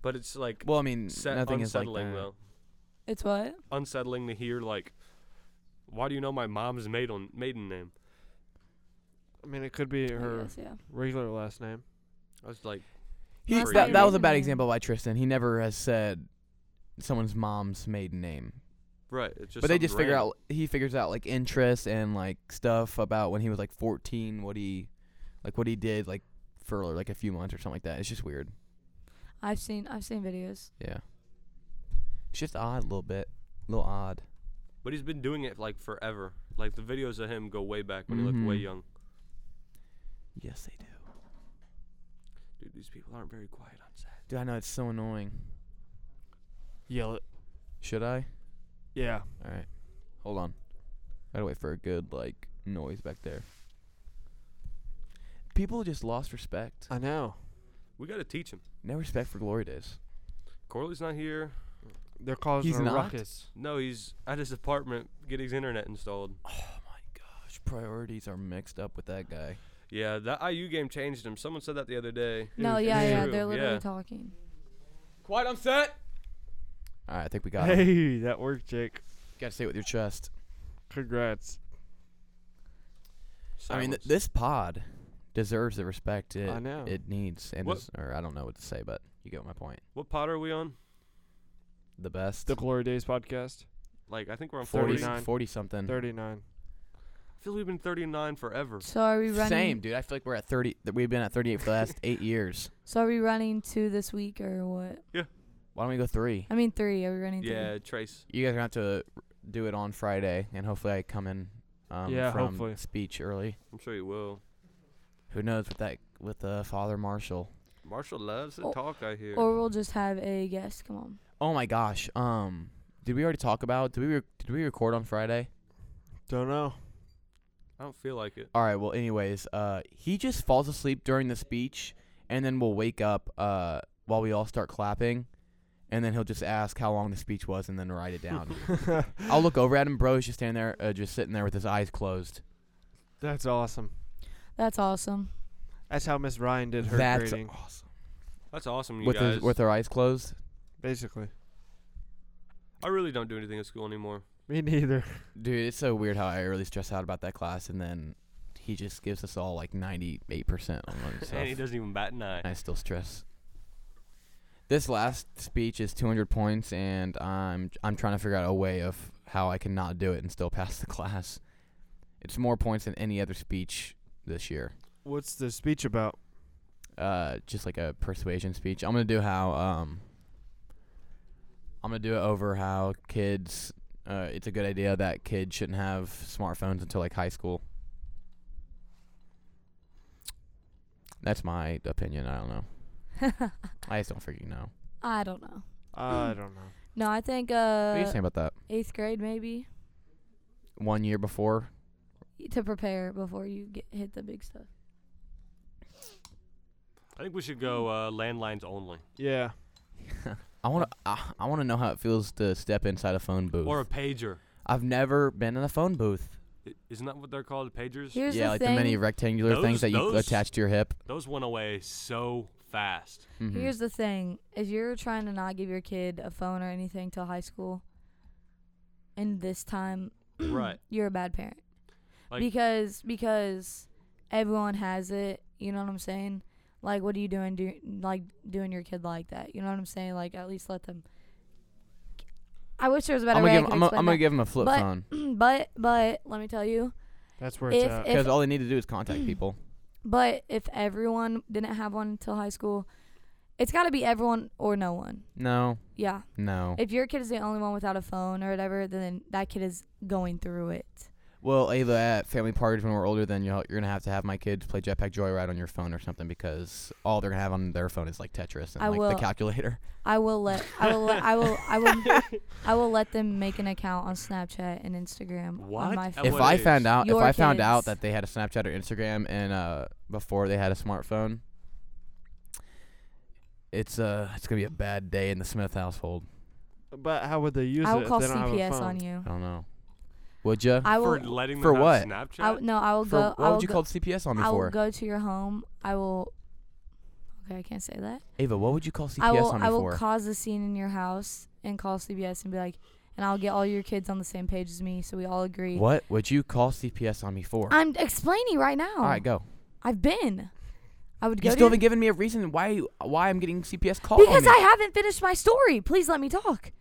Speaker 2: But it's like
Speaker 3: Well, I mean,
Speaker 2: set
Speaker 3: nothing is like
Speaker 2: unsettling
Speaker 3: that.
Speaker 2: though.
Speaker 4: It's what?
Speaker 2: Unsettling to hear like, why do you know my mom's maiden maiden name?
Speaker 5: I mean, it could be
Speaker 4: I
Speaker 5: her
Speaker 4: guess, yeah.
Speaker 5: regular last name.
Speaker 2: I was like,
Speaker 3: He,
Speaker 2: Last
Speaker 3: that,
Speaker 2: name
Speaker 3: that was
Speaker 4: isn't
Speaker 3: a bad
Speaker 4: name.
Speaker 3: example by Tristan. He never has said someone's mom's maiden name,
Speaker 2: right. It's just.
Speaker 3: but they
Speaker 2: something
Speaker 3: just figure
Speaker 2: random.
Speaker 3: out. He figures out like interests and like stuff about when he was like 14, what he, like what he did like for like a few months or something like that. It's just weird.
Speaker 4: I've seen I've seen videos.
Speaker 3: Yeah. It's just odd a little bit, a little odd.
Speaker 2: But he's been doing it like forever. Like the videos of him go way back when he looked way
Speaker 3: Mhm.
Speaker 2: young.
Speaker 3: Yes, they do.
Speaker 2: Dude, these people aren't very quiet on set.
Speaker 3: Dude, I know it's so annoying.
Speaker 5: Yell it.
Speaker 3: Should I?
Speaker 5: Yeah.
Speaker 3: All right, hold on. I gotta wait for a good like noise back there. People just lost respect.
Speaker 5: I know.
Speaker 2: We got to teach him.
Speaker 3: No respect for glory days.
Speaker 2: Corley's not here.
Speaker 5: They're causing
Speaker 3: He's
Speaker 5: a
Speaker 3: not?
Speaker 5: ruckus.
Speaker 2: No, he's at his apartment getting his internet installed.
Speaker 3: Gosh, priorities are mixed up with that guy.
Speaker 2: Yeah, that IU game changed him. Someone said that the other day.
Speaker 4: No,
Speaker 2: It's
Speaker 4: yeah, yeah,
Speaker 2: true,
Speaker 4: they're literally
Speaker 2: yeah.
Speaker 4: talking.
Speaker 2: Quiet on set.
Speaker 3: All right, I think we got it.
Speaker 5: Hey, that worked, Jake.
Speaker 3: Got to say it with your chest.
Speaker 5: Congrats.
Speaker 3: I mean, th- this pod deserves the respect it,
Speaker 5: I know.
Speaker 3: it needs, and
Speaker 2: What-
Speaker 3: is- or I don't know what to say, but you get my point.
Speaker 2: What pod are we on?
Speaker 3: The best.
Speaker 5: The Glory Days podcast.
Speaker 2: Like, I think we're on
Speaker 3: 40,
Speaker 2: 40.
Speaker 5: 49.
Speaker 3: 40 something.
Speaker 5: 39.
Speaker 2: I feel we've been 39 forever.
Speaker 4: So are we running
Speaker 3: Same, dude. I feel like we're at 30. That we've been at 38 for the last eight years.
Speaker 4: So are we running two this week or what?
Speaker 3: Why don't we go three?
Speaker 4: I mean three. Are we running three?
Speaker 2: Yeah, Trace.
Speaker 3: You guys are going to have to do it on Friday, and hopefully I come in um,
Speaker 5: Yeah,
Speaker 3: from
Speaker 5: hopefully.
Speaker 3: speech early.
Speaker 2: I'm sure you will.
Speaker 3: Who knows with that with uh, Father Marshall.
Speaker 2: Marshall loves to
Speaker 4: Or-
Speaker 2: talk, I hear.
Speaker 4: Oh, Or we'll just have a guest come on.
Speaker 3: Oh my gosh. Um, did we already talk about? Did we re- did we record on Friday?
Speaker 5: Don't know.
Speaker 2: I don't feel like it.
Speaker 3: All right. Well, anyways, uh, he just falls asleep during the speech, and then we'll wake up uh while we all start clapping, and then he'll just ask how long the speech was, and then write it down. I'll look over at him. Bro's just standing there, uh, just sitting there with his eyes closed.
Speaker 5: That's awesome.
Speaker 4: That's awesome.
Speaker 5: That's how Miss Ryan did her
Speaker 3: That's
Speaker 5: grading,
Speaker 3: awesome.
Speaker 2: That's awesome, you
Speaker 3: With
Speaker 2: guys.
Speaker 3: his, with her eyes closed.
Speaker 5: basically.
Speaker 2: I really don't do anything at school anymore.
Speaker 5: Me neither.
Speaker 3: Dude, it's so weird how I really stress out about that class, and then he just gives us all like ninety eight percent on one stuff.
Speaker 2: And he doesn't even bat an eye.
Speaker 3: I still stress. This last speech is 200 points, and I'm I'm trying to figure out a way of how I can not do it and still pass the class. It's more points than any other speech this year.
Speaker 5: What's the speech about?
Speaker 3: Uh, just like a persuasion speech. I'm gonna do how um. I'm gonna do it over how kids. Uh, it's a good idea that kids shouldn't have smartphones until like high school. That's my opinion. I don't know. I just don't freaking know.
Speaker 4: I don't know.
Speaker 5: I don't know.
Speaker 4: No, I think
Speaker 3: What are you
Speaker 4: uh
Speaker 3: saying about that?
Speaker 4: eighth grade maybe
Speaker 3: One year before.
Speaker 4: to prepare before you get hit the big stuff.
Speaker 2: I think we should go uh, landlines only.
Speaker 5: Yeah.
Speaker 3: I want to. I, I want to know how it feels to step inside a phone booth.
Speaker 2: Or a pager.
Speaker 3: I've never been in a phone booth.
Speaker 2: I- Isn't that what they're called? Pagers?
Speaker 4: Here's
Speaker 3: yeah,
Speaker 4: the
Speaker 3: like
Speaker 4: thing.
Speaker 3: the many rectangular
Speaker 2: Those-
Speaker 3: things that you
Speaker 2: those-
Speaker 3: attach to your hip.
Speaker 2: Those went away so fast.
Speaker 3: Mhm.
Speaker 4: Here's the thing: if you're trying to not give your kid a phone or anything till high school, and this time,
Speaker 2: Right.
Speaker 4: you're a bad parent
Speaker 2: Like-
Speaker 4: because because everyone has it. You know what I'm saying? Like, what are you doing? Do like doing your kid like that? You know what I'm saying? Like, at least let them. I wish there was a better
Speaker 3: I'm
Speaker 4: way. I
Speaker 3: gonna give.
Speaker 4: could
Speaker 3: I'm, gonna-
Speaker 4: explain
Speaker 3: I'm gonna
Speaker 4: that.
Speaker 3: give him a flip
Speaker 4: But-
Speaker 3: phone
Speaker 4: but but let me tell you,
Speaker 5: That's where it's
Speaker 4: If-
Speaker 5: at.
Speaker 4: if-
Speaker 3: because all they need to do is contact people.
Speaker 4: but if everyone didn't have one until high school, it's got to be everyone or no one.
Speaker 3: No,
Speaker 4: Yeah.
Speaker 3: no.
Speaker 4: If your kid is the only one without a phone or whatever, then that kid is going through it.
Speaker 3: Well, Ava, at family parties when we're older, then you're, you're gonna have to have my kids play Jetpack Joyride on your phone or something because all they're gonna have on their phone is like Tetris and
Speaker 4: I
Speaker 3: like
Speaker 4: will.
Speaker 3: the calculator.
Speaker 4: I will let I will let, I will I will I will let them make an account on Snapchat and Instagram
Speaker 2: What?
Speaker 4: on my
Speaker 2: At
Speaker 4: phone.
Speaker 3: If
Speaker 2: what
Speaker 3: I
Speaker 2: age?
Speaker 3: found out,
Speaker 4: Your
Speaker 3: if I found out
Speaker 4: kids.
Speaker 3: that they had a Snapchat or Instagram and uh, before they had a smartphone, it's uh, it's gonna be a bad day in the Smith household.
Speaker 5: But how would they use
Speaker 4: I
Speaker 5: it
Speaker 4: will
Speaker 5: if
Speaker 4: call
Speaker 5: they don't have
Speaker 4: CPS
Speaker 5: a phone?
Speaker 4: on you.
Speaker 3: I don't know. Would you?
Speaker 4: I
Speaker 2: for
Speaker 4: will.
Speaker 2: letting them
Speaker 3: for
Speaker 2: have
Speaker 3: what?
Speaker 2: Snapchat.
Speaker 4: I, no, I will
Speaker 3: For-
Speaker 4: go. I
Speaker 3: why
Speaker 4: will
Speaker 3: would you
Speaker 4: go,
Speaker 3: call CPS on me
Speaker 4: I will
Speaker 3: for?
Speaker 4: go to your home. I will. Okay, I can't say that.
Speaker 3: Ava, what would you call CPS
Speaker 4: I will.
Speaker 3: on me
Speaker 4: I will
Speaker 3: for?
Speaker 4: cause a scene in your house and call CBS and be like, and I'll get all your kids on the same page as me, so we all agree.
Speaker 3: what would you call CPS on me for?
Speaker 4: I'm explaining right now.
Speaker 3: All right, go.
Speaker 4: I've been. I would
Speaker 3: You
Speaker 4: go
Speaker 3: still
Speaker 4: to
Speaker 3: haven't given me a reason why you- why I'm getting CPS called on
Speaker 4: because
Speaker 3: me.
Speaker 4: I haven't finished my story. Please let me talk.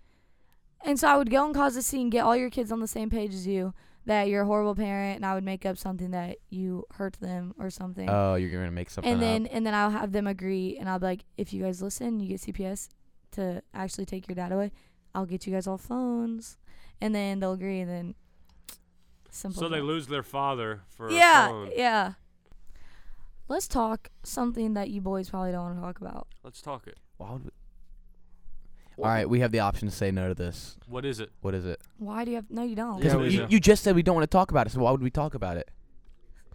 Speaker 4: And so I would go and cause a scene, get all your kids on the same page as you, that you're a horrible parent, and I would make up something that you hurt them or something.
Speaker 3: Oh, you're gonna make something
Speaker 4: and then
Speaker 3: up.
Speaker 4: and then I'll have them agree, and I'll be like, if you guys listen, you get CPS to actually take your dad away. I'll get you guys all phones, and then they'll agree, and then simple.
Speaker 2: so
Speaker 4: as
Speaker 2: they
Speaker 4: that.
Speaker 2: lose their father for
Speaker 4: yeah,
Speaker 2: a phone.
Speaker 4: yeah. Let's talk something that you boys probably don't want to talk about.
Speaker 2: Let's talk it.
Speaker 3: Why would we- All right, we have the option to say no to this.
Speaker 2: What is it?
Speaker 3: What is it?
Speaker 4: Why do you have? No, you don't.
Speaker 3: 'Cause
Speaker 5: Yeah, we
Speaker 3: you,
Speaker 2: do.
Speaker 3: you just said we don't want to talk about it, so why would we talk about it?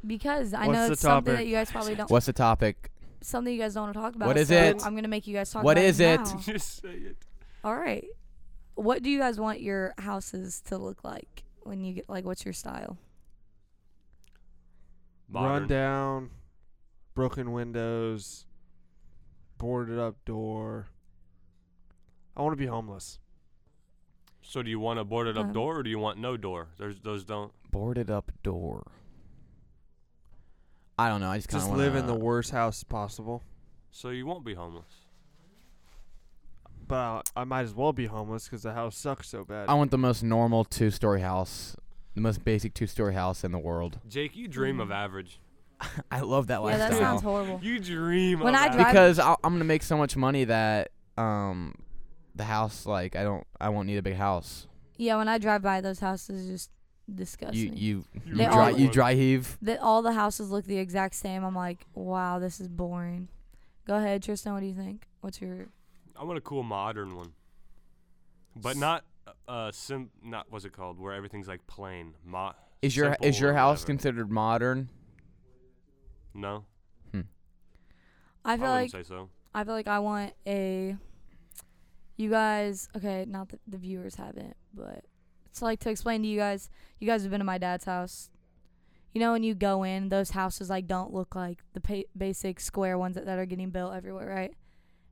Speaker 4: Because I
Speaker 5: What's
Speaker 4: know
Speaker 5: the
Speaker 4: it's something
Speaker 5: topic?
Speaker 4: that you guys probably don't.
Speaker 3: What's the topic?
Speaker 4: Something you guys don't want to talk about.
Speaker 3: What is
Speaker 4: so
Speaker 3: it?
Speaker 4: I'm gonna make you guys talk.
Speaker 3: What
Speaker 4: about
Speaker 3: is
Speaker 4: it?
Speaker 3: it?
Speaker 4: now.
Speaker 2: Just say it.
Speaker 4: All right. What do you guys want your houses to look like when you get? Like, what's your style?
Speaker 5: Run
Speaker 2: Modern.
Speaker 5: down, broken windows, boarded up door. I want to be homeless.
Speaker 2: So do you want a boarded up
Speaker 4: Uh-huh.
Speaker 2: door or do you want no door? There's those don't.
Speaker 3: Boarded up door. I don't know. I just kind
Speaker 5: Just
Speaker 3: of
Speaker 5: live in the worst house possible.
Speaker 2: So you won't be homeless.
Speaker 5: But I, I might as well be homeless because the house sucks so bad.
Speaker 3: I want the most normal two-story house, the most basic two-story house in the world.
Speaker 2: Jake, you dream of
Speaker 4: Mm.
Speaker 2: average.
Speaker 3: Oh, I love that
Speaker 4: yeah,
Speaker 3: lifestyle.
Speaker 4: that sounds horrible.
Speaker 2: You dream
Speaker 4: When
Speaker 2: of
Speaker 4: I
Speaker 2: average.
Speaker 4: drive-
Speaker 3: because I'll, I'm gonna make so much money that um, the house like I don't I won't need a big house.
Speaker 4: Yeah, when I drive by those houses, it just disgust
Speaker 3: You
Speaker 4: me.
Speaker 3: you you
Speaker 2: You
Speaker 4: They
Speaker 3: dry
Speaker 4: all-
Speaker 3: you dry heave.
Speaker 4: that all the houses look the exact same. I'm like, wow, this is boring. Go ahead, Tristan. What do you think? What's your?
Speaker 2: I want a cool modern one, but
Speaker 3: S-
Speaker 2: not uh sim. Not what's it called? Where everything's like plain. Mo-
Speaker 3: Is your
Speaker 2: simple
Speaker 3: is your
Speaker 2: or
Speaker 3: house
Speaker 2: whatever.
Speaker 3: considered modern?
Speaker 2: no,
Speaker 4: I
Speaker 2: I,
Speaker 4: feel like
Speaker 2: wouldn't say so.
Speaker 4: I feel like I want a. You guys, okay, not that the viewers haven't, but it's like to explain to you guys. You guys have been to my dad's house. You know when you go in, those houses like don't look like the pa- basic square ones that, that are getting built everywhere, right?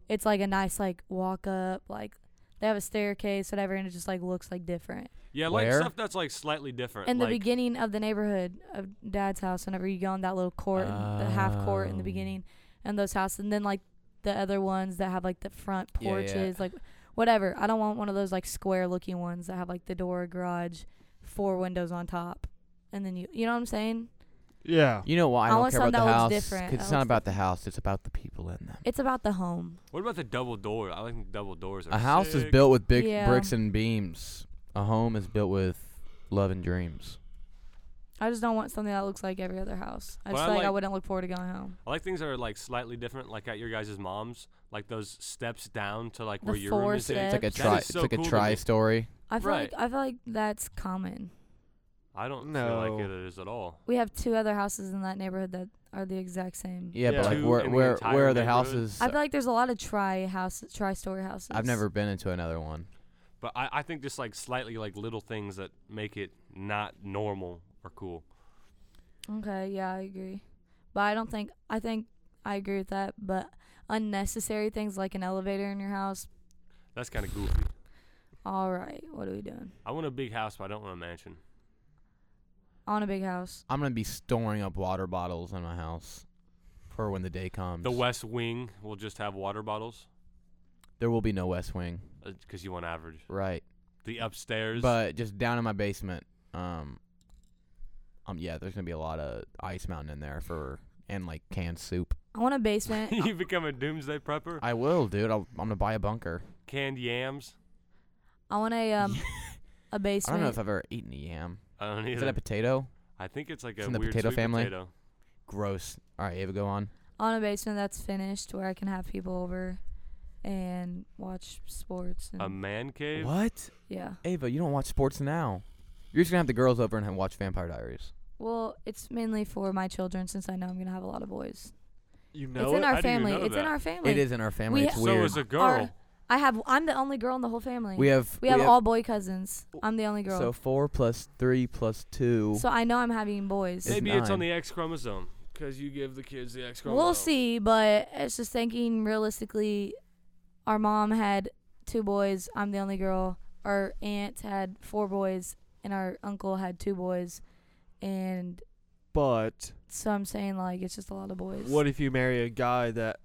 Speaker 4: It's like a nice like walk up, like they have a staircase, whatever, and it just like looks like different.
Speaker 2: Yeah, like
Speaker 3: Where?
Speaker 2: stuff that's like slightly different.
Speaker 4: And the
Speaker 2: like,
Speaker 4: beginning of the neighborhood of dad's house, whenever you go in that little court, and the half court in the
Speaker 3: Oh.
Speaker 4: beginning, and those houses, and then like the other ones that have like the front
Speaker 3: Yeah, yeah.
Speaker 4: porches, like whatever. I don't want one of those like square looking ones that have like the door, garage, four windows on top, and then you, you know what I'm saying?
Speaker 5: yeah.
Speaker 3: You know why I,
Speaker 4: I
Speaker 3: don't
Speaker 4: want
Speaker 3: care about the
Speaker 4: something that
Speaker 3: house?
Speaker 4: looks different,
Speaker 3: Cause
Speaker 4: that
Speaker 3: it's not
Speaker 4: looks
Speaker 3: about the house. It's about the people in them.
Speaker 4: It's about the home.
Speaker 2: what about the double door? I think double doors are.
Speaker 3: A house is
Speaker 2: sick.
Speaker 3: built with big
Speaker 4: Yeah.
Speaker 3: bricks and beams. A home is built with love and dreams.
Speaker 4: I just don't want something that looks like every other house. I
Speaker 2: But
Speaker 4: just
Speaker 2: I
Speaker 4: feel like, I
Speaker 2: like-
Speaker 4: wouldn't look forward to going home.
Speaker 2: I like things that are like slightly different, like at your guys' mom's, like those steps down to like
Speaker 4: The
Speaker 2: where your
Speaker 4: four
Speaker 2: room is.
Speaker 4: steps.
Speaker 3: It's like a
Speaker 4: That
Speaker 3: tri.
Speaker 2: is
Speaker 3: It's
Speaker 2: so
Speaker 3: like
Speaker 2: cool
Speaker 3: a
Speaker 2: to me.
Speaker 3: tri-story.
Speaker 4: I feel
Speaker 2: Right.
Speaker 4: like I feel like that's common.
Speaker 2: I don't feel like
Speaker 5: No.
Speaker 2: it is at all.
Speaker 4: We have two other houses in that neighborhood that are the exact same.
Speaker 3: Yeah,
Speaker 5: Yeah.
Speaker 3: but like
Speaker 2: Two
Speaker 3: where
Speaker 2: in the
Speaker 3: where
Speaker 2: entire
Speaker 3: where are their
Speaker 2: neighborhood.
Speaker 3: houses?
Speaker 4: I feel like there's a lot of tri houses, tri story houses.
Speaker 3: I've never been into another one.
Speaker 2: But I, I think just like slightly like little things that make it not normal are cool.
Speaker 4: Okay, yeah, I agree. But I don't think I think I agree with that, but unnecessary things like an elevator in your house.
Speaker 2: That's kind of goofy.
Speaker 4: All right, what are we doing?
Speaker 2: I want a big house, but I don't want a mansion.
Speaker 4: On a big house.
Speaker 3: I'm gonna be storing up water bottles in my house for when the day comes.
Speaker 2: The West Wing will just have water bottles
Speaker 3: there will be no West Wing,
Speaker 2: because you want average.
Speaker 3: right?
Speaker 2: The upstairs.
Speaker 3: But just down in my basement, um, um, yeah, there's gonna be a lot of ice mountain in there for and like canned soup.
Speaker 4: I want a basement.
Speaker 2: you become a doomsday prepper.
Speaker 3: I will, dude. I'll, I'm gonna buy a bunker.
Speaker 2: Canned yams.
Speaker 4: I want a um a
Speaker 3: I
Speaker 4: basement.
Speaker 3: don't know if I've ever eaten a yam.
Speaker 2: I don't
Speaker 3: Is that
Speaker 2: either.
Speaker 3: a potato?
Speaker 2: I think it's like a
Speaker 3: it's in the
Speaker 2: weird
Speaker 3: potato
Speaker 2: sweet
Speaker 3: family?
Speaker 2: potato.
Speaker 3: Gross. All right, Ava, go on.
Speaker 4: on a basement that's finished where I can have people over and watch sports. And,
Speaker 2: A man cave.
Speaker 3: What?
Speaker 4: yeah.
Speaker 3: Ava, you don't watch sports now. You're just gonna have the girls over and ha- watch Vampire Diaries.
Speaker 4: Well, it's mainly for my children since I know I'm gonna have a lot of boys.
Speaker 5: You
Speaker 4: it's
Speaker 5: know
Speaker 4: in
Speaker 5: it.
Speaker 2: I
Speaker 4: our
Speaker 2: didn't even
Speaker 4: family.
Speaker 2: know
Speaker 4: It's in
Speaker 2: that.
Speaker 4: our family.
Speaker 3: it is in our family.
Speaker 4: we
Speaker 3: it's
Speaker 4: ha-
Speaker 2: So
Speaker 3: weird.
Speaker 2: is a girl.
Speaker 4: I have. I'm the only girl in the whole family.
Speaker 3: we have
Speaker 4: we have all boy cousins. I'm the only girl.
Speaker 3: So four plus three plus two.
Speaker 4: So I know I'm having boys.
Speaker 3: It's
Speaker 2: Maybe it's on
Speaker 3: nine.
Speaker 2: the X chromosome because you give the kids the X chromosome.
Speaker 4: We'll see, but it's just thinking realistically, our mom had two boys. I'm the only girl. Our aunt had four boys, and our uncle had two boys. And
Speaker 5: But
Speaker 4: so I'm saying, like, it's just a lot of boys.
Speaker 5: what if you marry a guy that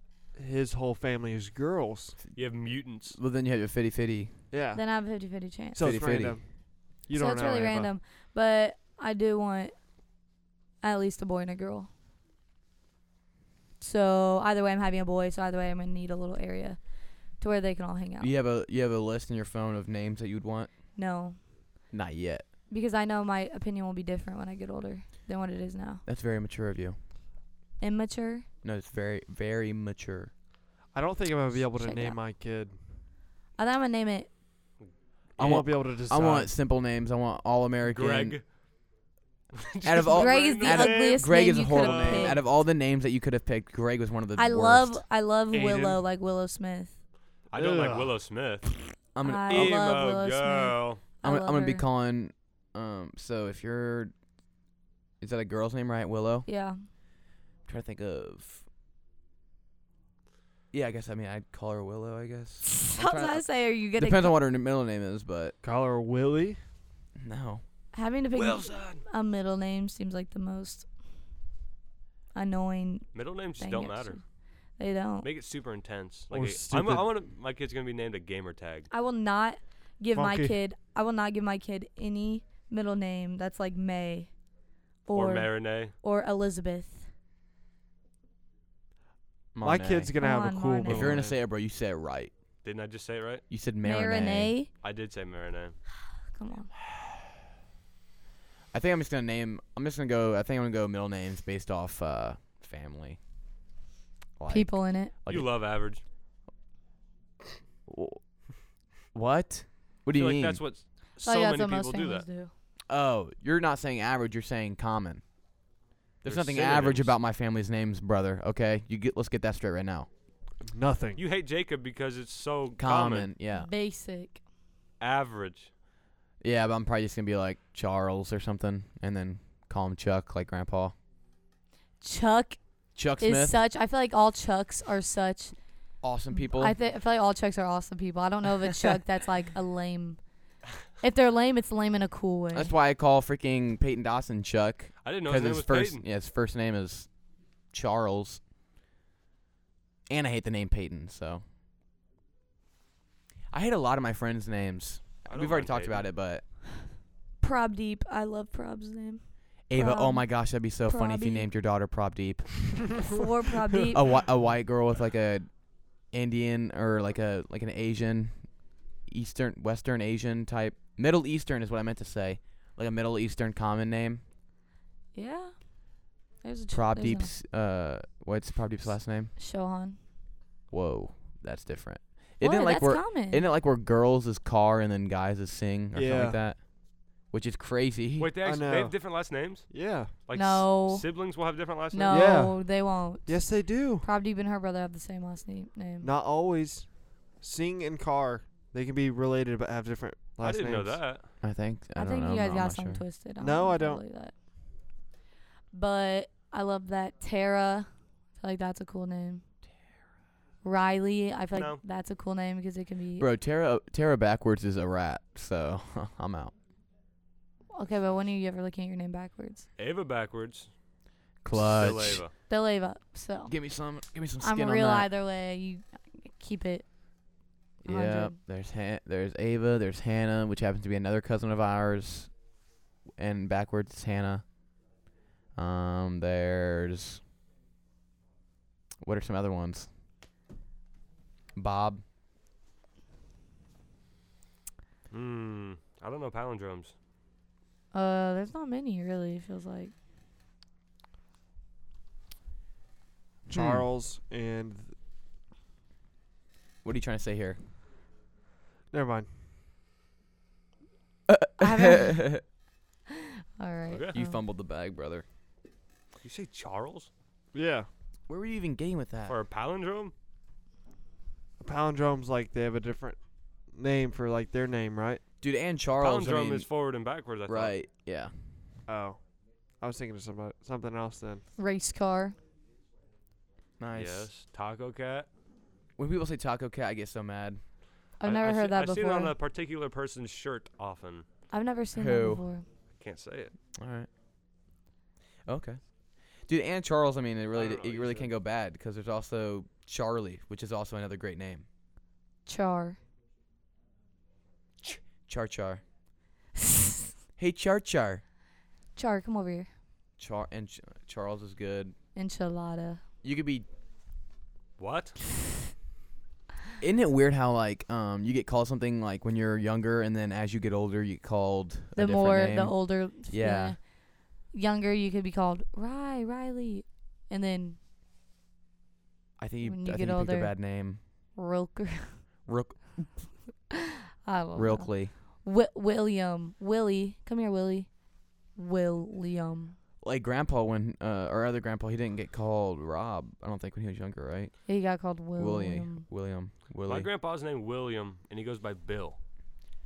Speaker 5: his whole family is girls?
Speaker 2: You have mutants.
Speaker 3: well, then you have your fitty fitty.
Speaker 5: Yeah.
Speaker 4: Then I have a 50 50 chance.
Speaker 5: so it's
Speaker 3: 50-50.
Speaker 5: random. You
Speaker 4: so
Speaker 5: don't
Speaker 4: it's
Speaker 5: know.
Speaker 4: really
Speaker 5: Ava.
Speaker 4: random. But I do want at least a boy and a girl. So either way, I'm having a boy. So either way, I'm gonna need a little area to where they can all hang out.
Speaker 3: You have a you have a list in your phone of names that you'd want.
Speaker 4: No,
Speaker 3: Not yet.
Speaker 4: because I know my opinion will be different when I get older than what it is now.
Speaker 3: That's very mature of you.
Speaker 4: Immature.
Speaker 3: No, it's very very mature.
Speaker 5: I don't think I'm gonna be able to
Speaker 4: Check it
Speaker 5: name
Speaker 4: out.
Speaker 5: my kid.
Speaker 4: I think I'm gonna name it.
Speaker 5: I
Speaker 3: Yeah.
Speaker 5: won't be able to decide.
Speaker 3: I want simple names. I want all American.
Speaker 2: Greg.
Speaker 3: Out of all-
Speaker 4: Greg is the
Speaker 3: Adam-
Speaker 4: ugliest
Speaker 3: Greg
Speaker 4: name
Speaker 3: is a
Speaker 4: you
Speaker 3: horrible
Speaker 4: could've
Speaker 3: name.
Speaker 4: picked.
Speaker 3: Out of all the names that you could have picked, Greg was one of the
Speaker 4: I
Speaker 3: worst.
Speaker 4: love I love
Speaker 2: Aiden.
Speaker 4: Willow like Willow Smith.
Speaker 2: I don't like
Speaker 5: Ugh.
Speaker 2: Willow Smith.
Speaker 3: I'm gonna,
Speaker 4: I
Speaker 3: I'm,
Speaker 4: love
Speaker 2: Emo
Speaker 4: Willow Smith.
Speaker 2: girl.
Speaker 4: I
Speaker 3: I'm,
Speaker 4: love
Speaker 3: I'm gonna be
Speaker 4: her.
Speaker 3: calling. Um. So if you're, is that a girl's name, right? Willow.
Speaker 4: Yeah.
Speaker 3: I'm trying to think of. Yeah, I guess. I mean, I'd call her Willow. I guess.
Speaker 4: I was gonna say, are you gonna
Speaker 3: Depends on what her n- middle name is, but
Speaker 5: Call her Willie.
Speaker 3: no.
Speaker 4: having to pick
Speaker 2: Wilson.
Speaker 4: a middle name seems like the most annoying
Speaker 2: Middle names just
Speaker 4: thing.
Speaker 2: don't
Speaker 4: ever
Speaker 2: matter.
Speaker 4: seen. They don't.
Speaker 2: Make it super intense.
Speaker 5: Or
Speaker 2: Like a, I'm, I
Speaker 5: stupid.
Speaker 2: want my kid's gonna be named a gamer tag.
Speaker 4: I will not give my
Speaker 5: Funky.
Speaker 4: kid. I will not give my kid any middle name that's like May,
Speaker 2: Or,
Speaker 4: or
Speaker 2: Marinade.
Speaker 4: or Elizabeth.
Speaker 5: My
Speaker 3: Monet.
Speaker 5: kid's gonna
Speaker 4: Come
Speaker 5: have a
Speaker 4: on,
Speaker 5: cool.
Speaker 4: Monet.
Speaker 5: middle
Speaker 3: If you're gonna
Speaker 5: name.
Speaker 3: say it, bro, you say it right.
Speaker 2: Didn't I just say it right?
Speaker 3: You said
Speaker 4: Marinade.
Speaker 3: Marinade.
Speaker 2: I did say Marinade.
Speaker 4: Come on.
Speaker 3: I think I'm just gonna name. I'm just gonna go. I think I'm gonna go middle names based off uh family. Like,
Speaker 4: People in it.
Speaker 3: Like
Speaker 2: you
Speaker 3: a-
Speaker 2: love average.
Speaker 3: Wh- What? What do
Speaker 2: I
Speaker 3: you
Speaker 2: feel like
Speaker 3: mean?
Speaker 2: that's what s- so
Speaker 4: like that's
Speaker 2: many people
Speaker 4: what most
Speaker 2: do that.
Speaker 4: families do.
Speaker 3: oh, you're not saying average. You're saying common. There's
Speaker 2: They're
Speaker 3: nothing average
Speaker 2: synonyms.
Speaker 3: about my family's names, brother. Okay, you get. Let's get that straight right now.
Speaker 5: nothing.
Speaker 2: You hate Jacob because it's so
Speaker 3: Common.
Speaker 2: common.
Speaker 3: Yeah.
Speaker 4: Basic.
Speaker 2: Average.
Speaker 3: Yeah, but I'm probably just gonna be like Charles or something, and then call him Chuck, like Grandpa.
Speaker 4: Chuck
Speaker 3: Chuck
Speaker 4: is
Speaker 3: Smith.
Speaker 4: such. I feel like all Chucks are such.
Speaker 3: awesome people.
Speaker 4: I, th- I feel like all Chucks are awesome people. I don't know of a Chuck that's like a lame. If they're lame, it's lame in a cool way.
Speaker 3: That's why I call freaking Peyton Dawson Chuck
Speaker 2: I didn't know
Speaker 3: because
Speaker 2: his name
Speaker 3: his
Speaker 2: was
Speaker 3: first
Speaker 2: Peyton.
Speaker 3: yeah his first name is Charles, and I hate the name Peyton. So I hate a lot of my friends' names.
Speaker 2: I don't
Speaker 3: We've already
Speaker 2: mind
Speaker 3: talked
Speaker 2: Peyton.
Speaker 3: about it, but
Speaker 4: Probdeep. I love Prob's name.
Speaker 3: Ava, oh
Speaker 4: Prob-
Speaker 3: my gosh, that'd be so funny if you
Speaker 4: Probdeep.
Speaker 3: named your daughter Probdeep,
Speaker 4: Four Probdeep.
Speaker 3: a whi- a white girl with like a Indian or like a like an Asian, Eastern Western Asian type Middle Eastern is what I meant to say, like a Middle Eastern common name.
Speaker 4: Yeah. There's a Ch- there's a-
Speaker 3: Probdeep's uh, what's Probdeep's last name?
Speaker 4: Shohan.
Speaker 3: Whoa, that's different.
Speaker 4: What?
Speaker 3: Isn't it like
Speaker 4: that's
Speaker 3: where
Speaker 4: common.
Speaker 3: isn't it like where girls is car and then guys is sing or something
Speaker 5: Yeah.
Speaker 3: like that? Which is crazy.
Speaker 2: Wait, they,
Speaker 5: I
Speaker 2: actually, they
Speaker 5: know.
Speaker 2: have different last names?
Speaker 5: Yeah.
Speaker 2: Like s-
Speaker 4: No.
Speaker 2: siblings will have different last names?
Speaker 4: no, they won't.
Speaker 5: Yes, they do.
Speaker 4: Probdeep and her brother have the same last name. name.
Speaker 5: Not always. Sing and car, they can be related but have different
Speaker 2: I
Speaker 5: last
Speaker 2: didn't
Speaker 5: names.
Speaker 2: know that.
Speaker 3: I think I,
Speaker 4: I,
Speaker 3: don't
Speaker 4: think
Speaker 3: know.
Speaker 4: you guys
Speaker 3: I'm
Speaker 4: got
Speaker 3: not
Speaker 4: something
Speaker 3: sure.
Speaker 4: twisted.
Speaker 5: No, I don't.
Speaker 4: believe That. But I love that Tara. I feel like that's a cool name. Riley, I feel like
Speaker 2: No.
Speaker 4: that's a cool name because it can be
Speaker 3: Bro, Tara Tara backwards is a rat, so I'm out.
Speaker 4: okay. But when are you ever looking at your name backwards?
Speaker 2: Ava backwards. Still
Speaker 3: Clutch.
Speaker 2: Ava.
Speaker 4: Deleva. So
Speaker 3: Give me some. Give me some
Speaker 4: I'm
Speaker 3: skin
Speaker 4: a
Speaker 3: on
Speaker 4: real
Speaker 3: that.
Speaker 4: either way. You uh, keep it.
Speaker 3: Yeah.
Speaker 4: 100.
Speaker 3: There's Han- there's Ava. There's Hannah, which happens to be another cousin of ours, and backwards is Hannah. Um. There's. What are some other ones? Bob.
Speaker 2: Hmm. I don't know palindromes.
Speaker 4: Uh, there's not many really. It feels like
Speaker 5: Hmm.
Speaker 2: Hmm.
Speaker 5: Charles and
Speaker 3: What are you trying to say here?
Speaker 5: never mind.
Speaker 4: I haven't- all right.
Speaker 2: Okay.
Speaker 3: you
Speaker 4: um,
Speaker 3: fumbled the bag, brother.
Speaker 2: You say Charles
Speaker 5: Yeah,
Speaker 3: Where were you even getting with that?
Speaker 2: for a palindrome?
Speaker 5: a palindrome's like they have a different name for like their name, right?
Speaker 3: Dude, and Charles. I
Speaker 2: Palindrome
Speaker 3: mean,
Speaker 2: is forward and backwards. I thought.
Speaker 3: right. Yeah.
Speaker 5: Oh, I was thinking of somebody, something else then.
Speaker 4: Race car.
Speaker 3: Nice.
Speaker 2: Yes. Taco cat.
Speaker 3: When people say taco cat, I get so mad.
Speaker 4: I've
Speaker 2: I-
Speaker 4: never
Speaker 2: I
Speaker 4: heard
Speaker 2: see-
Speaker 4: that
Speaker 2: I've
Speaker 4: before.
Speaker 2: seen it on a particular person's shirt often.
Speaker 4: I've never seen that
Speaker 3: Who?
Speaker 4: before.
Speaker 2: I can't say it.
Speaker 3: All right. Okay. Dude, and Charles. I mean, it really,
Speaker 2: don't know what
Speaker 3: it
Speaker 2: you
Speaker 3: really
Speaker 2: said.
Speaker 3: can go bad because there's also Charlie, which is also another great name.
Speaker 4: Char.
Speaker 3: Char Char. Hey, Char Char.
Speaker 4: Char, come over here.
Speaker 3: Char and Ch- Charles is good.
Speaker 4: Enchilada.
Speaker 3: You could be.
Speaker 2: What?
Speaker 3: Isn't it weird how like um you get called something like when you're younger and then as you get older you get called a
Speaker 4: The
Speaker 3: different
Speaker 4: more,
Speaker 3: name?
Speaker 4: the older.
Speaker 3: Yeah.
Speaker 4: Younger, you could be called Rye, Riley, and then
Speaker 3: I think you,
Speaker 4: when
Speaker 3: I
Speaker 4: you
Speaker 3: think
Speaker 4: get
Speaker 3: you picked
Speaker 4: older. Oh,
Speaker 3: a bad name.
Speaker 4: Rilker.
Speaker 3: Rook
Speaker 4: I don't know.
Speaker 3: Rilkley.
Speaker 4: Wi- William. Willie. Come here, Willie. William.
Speaker 3: Like grandpa when uh our other grandpa he didn't get called Rob. I don't think when he was younger, right?
Speaker 4: He got called
Speaker 3: William.
Speaker 4: William.
Speaker 3: William. Willie.
Speaker 2: My grandpa's name William, and he goes by Bill.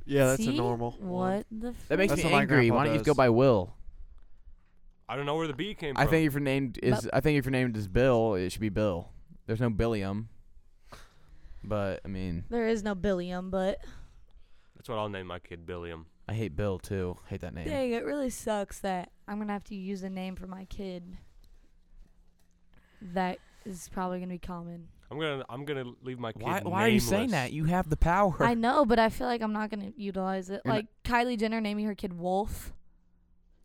Speaker 5: Yeah, that's a
Speaker 4: See?
Speaker 5: normal. one.
Speaker 4: What the?
Speaker 3: that makes
Speaker 5: That's
Speaker 3: me
Speaker 5: what my
Speaker 3: angry. Why
Speaker 5: grandpa
Speaker 3: don't you just go
Speaker 5: does.
Speaker 3: by Will?
Speaker 2: I don't know where the B came
Speaker 3: I
Speaker 2: from.
Speaker 3: think if your name is I think if your name is Bill, it should be Bill. There's no Billiam. But I mean,
Speaker 4: There is no Billiam, but
Speaker 2: that's what I'll name my kid Billiam.
Speaker 3: I hate Bill too. hate that name.
Speaker 4: dang, it really sucks that I'm gonna have to use a name for my kid. That is probably gonna be common.
Speaker 2: I'm gonna I'm gonna leave my kid.
Speaker 3: Why why are you saying
Speaker 2: nameless.
Speaker 3: that? You have the power.
Speaker 4: I know, but I feel like I'm not gonna utilize it.
Speaker 3: You're
Speaker 4: like Kylie Jenner naming her kid Wolf.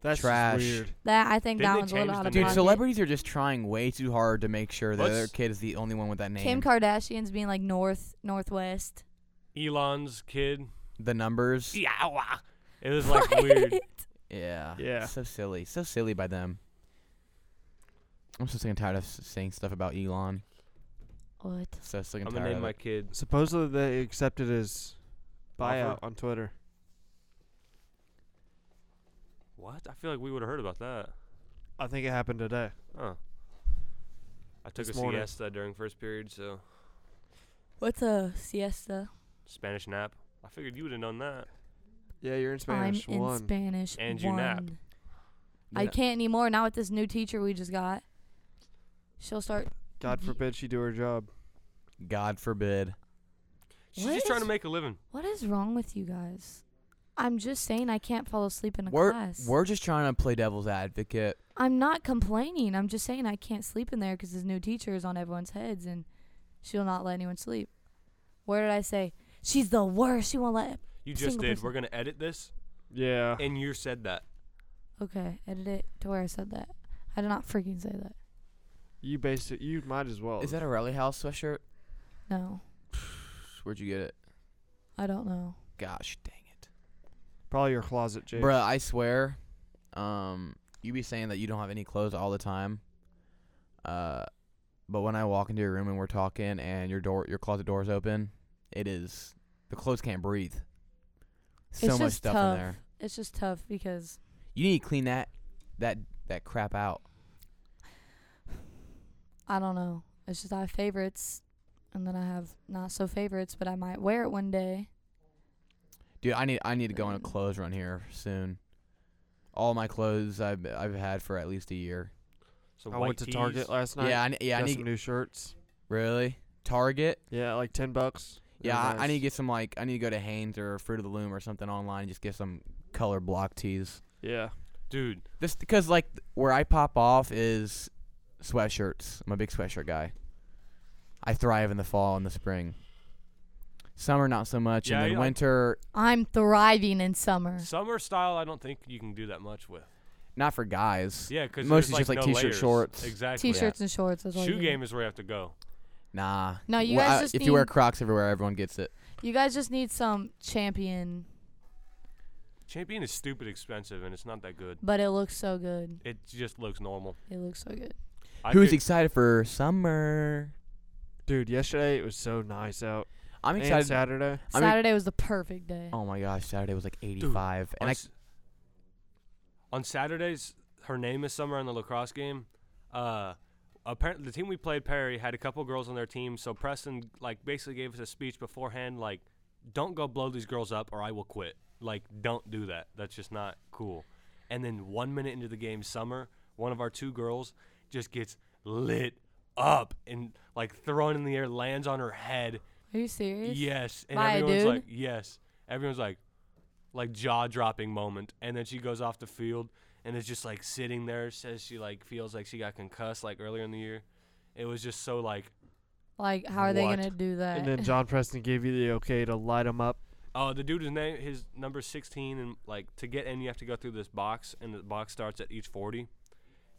Speaker 5: That's just
Speaker 3: Trash.
Speaker 5: weird.
Speaker 4: That I think
Speaker 2: Didn't
Speaker 4: that
Speaker 2: they
Speaker 4: one's a little
Speaker 2: change
Speaker 4: out
Speaker 2: the
Speaker 4: of
Speaker 2: name?
Speaker 3: Dude,
Speaker 4: pocket.
Speaker 3: celebrities are just trying way too hard to make sure that their
Speaker 2: Let's-
Speaker 3: kid is the only one with that name.
Speaker 4: Kim Kardashian's being like North Northwest.
Speaker 2: Elon's kid.
Speaker 3: the numbers.
Speaker 2: Yeah. It was like weird.
Speaker 3: Yeah.
Speaker 5: Yeah.
Speaker 3: So silly. So silly by them. I'm so sick and tired of s- saying stuff about Elon.
Speaker 4: What?
Speaker 3: So sick
Speaker 2: I'm
Speaker 3: and
Speaker 2: gonna
Speaker 3: tired
Speaker 2: name
Speaker 3: of
Speaker 2: my
Speaker 3: it.
Speaker 2: kid.
Speaker 5: Supposedly they accepted his buyout
Speaker 2: Offer?
Speaker 5: on Twitter.
Speaker 2: What? I feel like we would have heard about that.
Speaker 5: I think it happened today.
Speaker 2: Huh. I took
Speaker 5: This
Speaker 2: a
Speaker 5: morning.
Speaker 2: siesta during first period, so
Speaker 4: What's a siesta?
Speaker 2: Spanish nap. I figured you would have known that.
Speaker 5: Yeah, you're in Spanish
Speaker 4: I'm in
Speaker 5: one.
Speaker 4: Spanish
Speaker 2: And you
Speaker 4: one.
Speaker 2: nap.
Speaker 4: I
Speaker 3: Yeah.
Speaker 4: can't anymore now with this new teacher we just got. She'll start.
Speaker 5: God
Speaker 4: Ye-
Speaker 5: forbid she do her job.
Speaker 3: God forbid.
Speaker 2: She's
Speaker 4: What
Speaker 2: just trying
Speaker 4: is-
Speaker 2: to make a living.
Speaker 4: What is wrong with you guys? I'm just saying I can't fall asleep in a
Speaker 3: We're
Speaker 4: class.
Speaker 3: we're just trying to play devil's advocate.
Speaker 4: I'm not complaining. I'm just saying I can't sleep in there because this new teacher is on everyone's heads and she'll not let anyone sleep. Where did I say? She's the worst. She won't let.
Speaker 2: You just
Speaker 4: Single
Speaker 2: did.
Speaker 4: person.
Speaker 2: We're gonna edit this,
Speaker 5: Yeah.
Speaker 2: and you said that.
Speaker 4: Okay, edit it to where I said that. I did not freaking say that.
Speaker 5: You based it. You might as well.
Speaker 3: Is that a Riley House sweatshirt?
Speaker 4: No,
Speaker 3: Where'd you get it?
Speaker 4: I don't know.
Speaker 3: Gosh dang it.
Speaker 5: probably your closet, Jake?
Speaker 3: Bruh, I swear, um, you be saying that you don't have any clothes all the time. Uh, but when I walk into your room and we're talking and your door, your closet door's open, it is the clothes can't breathe. So
Speaker 4: It's
Speaker 3: much
Speaker 4: just
Speaker 3: stuff
Speaker 4: tough.
Speaker 3: in there.
Speaker 4: It's just tough because
Speaker 3: You need to clean that, that, that crap out.
Speaker 4: I don't know. It's just I have favorites, and then I have not so favorites, but I might wear it one day.
Speaker 3: Dude, I need I need to go on a
Speaker 4: Mm.
Speaker 3: clothes run here soon. All my clothes I've I've had for at least a year.
Speaker 2: So
Speaker 5: I
Speaker 2: white
Speaker 5: went to
Speaker 2: tees.
Speaker 5: Target last night.
Speaker 3: yeah, I, ne- yeah, I
Speaker 5: got
Speaker 3: need
Speaker 5: some new shirts.
Speaker 3: really Target.
Speaker 5: Yeah, like ten bucks. They're
Speaker 3: Yeah, I, I need to
Speaker 5: nice.
Speaker 3: get some like I need to go to Hanes or Fruit of the Loom or something online and just get some color block tees.
Speaker 5: Yeah.
Speaker 2: Dude,
Speaker 3: This because like th- where I pop off is sweatshirts. I'm a big sweatshirt guy. I thrive in the fall and the spring. Summer not so much,
Speaker 2: Yeah,
Speaker 3: and then
Speaker 2: yeah.
Speaker 3: winter
Speaker 4: I'm thriving in summer.
Speaker 2: summer style. I don't think you can do that much with.
Speaker 3: not for guys.
Speaker 2: Yeah, because
Speaker 3: Mostly
Speaker 2: like
Speaker 3: just, like,
Speaker 2: no
Speaker 3: t-shirt,
Speaker 2: layers.
Speaker 3: shorts.
Speaker 2: Exactly.
Speaker 4: T-shirts and shorts. Is all
Speaker 2: Shoe
Speaker 4: you
Speaker 2: game is where you have to go.
Speaker 3: Nah.
Speaker 4: No, you
Speaker 3: Well,
Speaker 4: guys
Speaker 3: I-
Speaker 4: just
Speaker 3: if you wear
Speaker 4: need-
Speaker 3: Crocs everywhere, everyone gets it.
Speaker 4: Need. You guys just need some champion
Speaker 2: Champion is stupid expensive and it's not that good.
Speaker 4: But it looks so good.
Speaker 2: It just looks normal.
Speaker 4: It looks so good.
Speaker 2: I
Speaker 3: Who's
Speaker 2: could-
Speaker 3: excited for summer?
Speaker 5: Dude, yesterday it was so nice out.
Speaker 3: I'm
Speaker 5: And
Speaker 3: excited.
Speaker 5: Saturday.
Speaker 3: I mean-
Speaker 4: Saturday was the perfect day.
Speaker 3: Oh my gosh, Saturday was like 85,
Speaker 2: on,
Speaker 3: and I
Speaker 2: s- on Saturdays, her name is Summer in the lacrosse game. Uh, apparently, the team we played, Perry, had a couple girls on their team. So Preston, like, basically gave us a speech beforehand, like, "Don't go blow these girls up, or I will quit. Like, don't do that. That's just not cool." And then one minute into the game, Summer, one of our two girls, just gets lit up and like thrown in the air, lands on her head,
Speaker 4: Are you serious?
Speaker 2: Yes, and
Speaker 4: By a
Speaker 2: everyone's
Speaker 4: dude?
Speaker 2: like, yes. Everyone's like, like jaw dropping moment, and then she goes off the field and is just like sitting there. Says she like feels like she got concussed like earlier in the year. It was just so like,
Speaker 4: Like, how are they
Speaker 2: What?
Speaker 4: gonna do that?
Speaker 5: And then John Preston gave you the okay to light him up.
Speaker 2: oh, the dude his name his number sixteen, and like to get in you have to go through this box, and the box starts at each forty.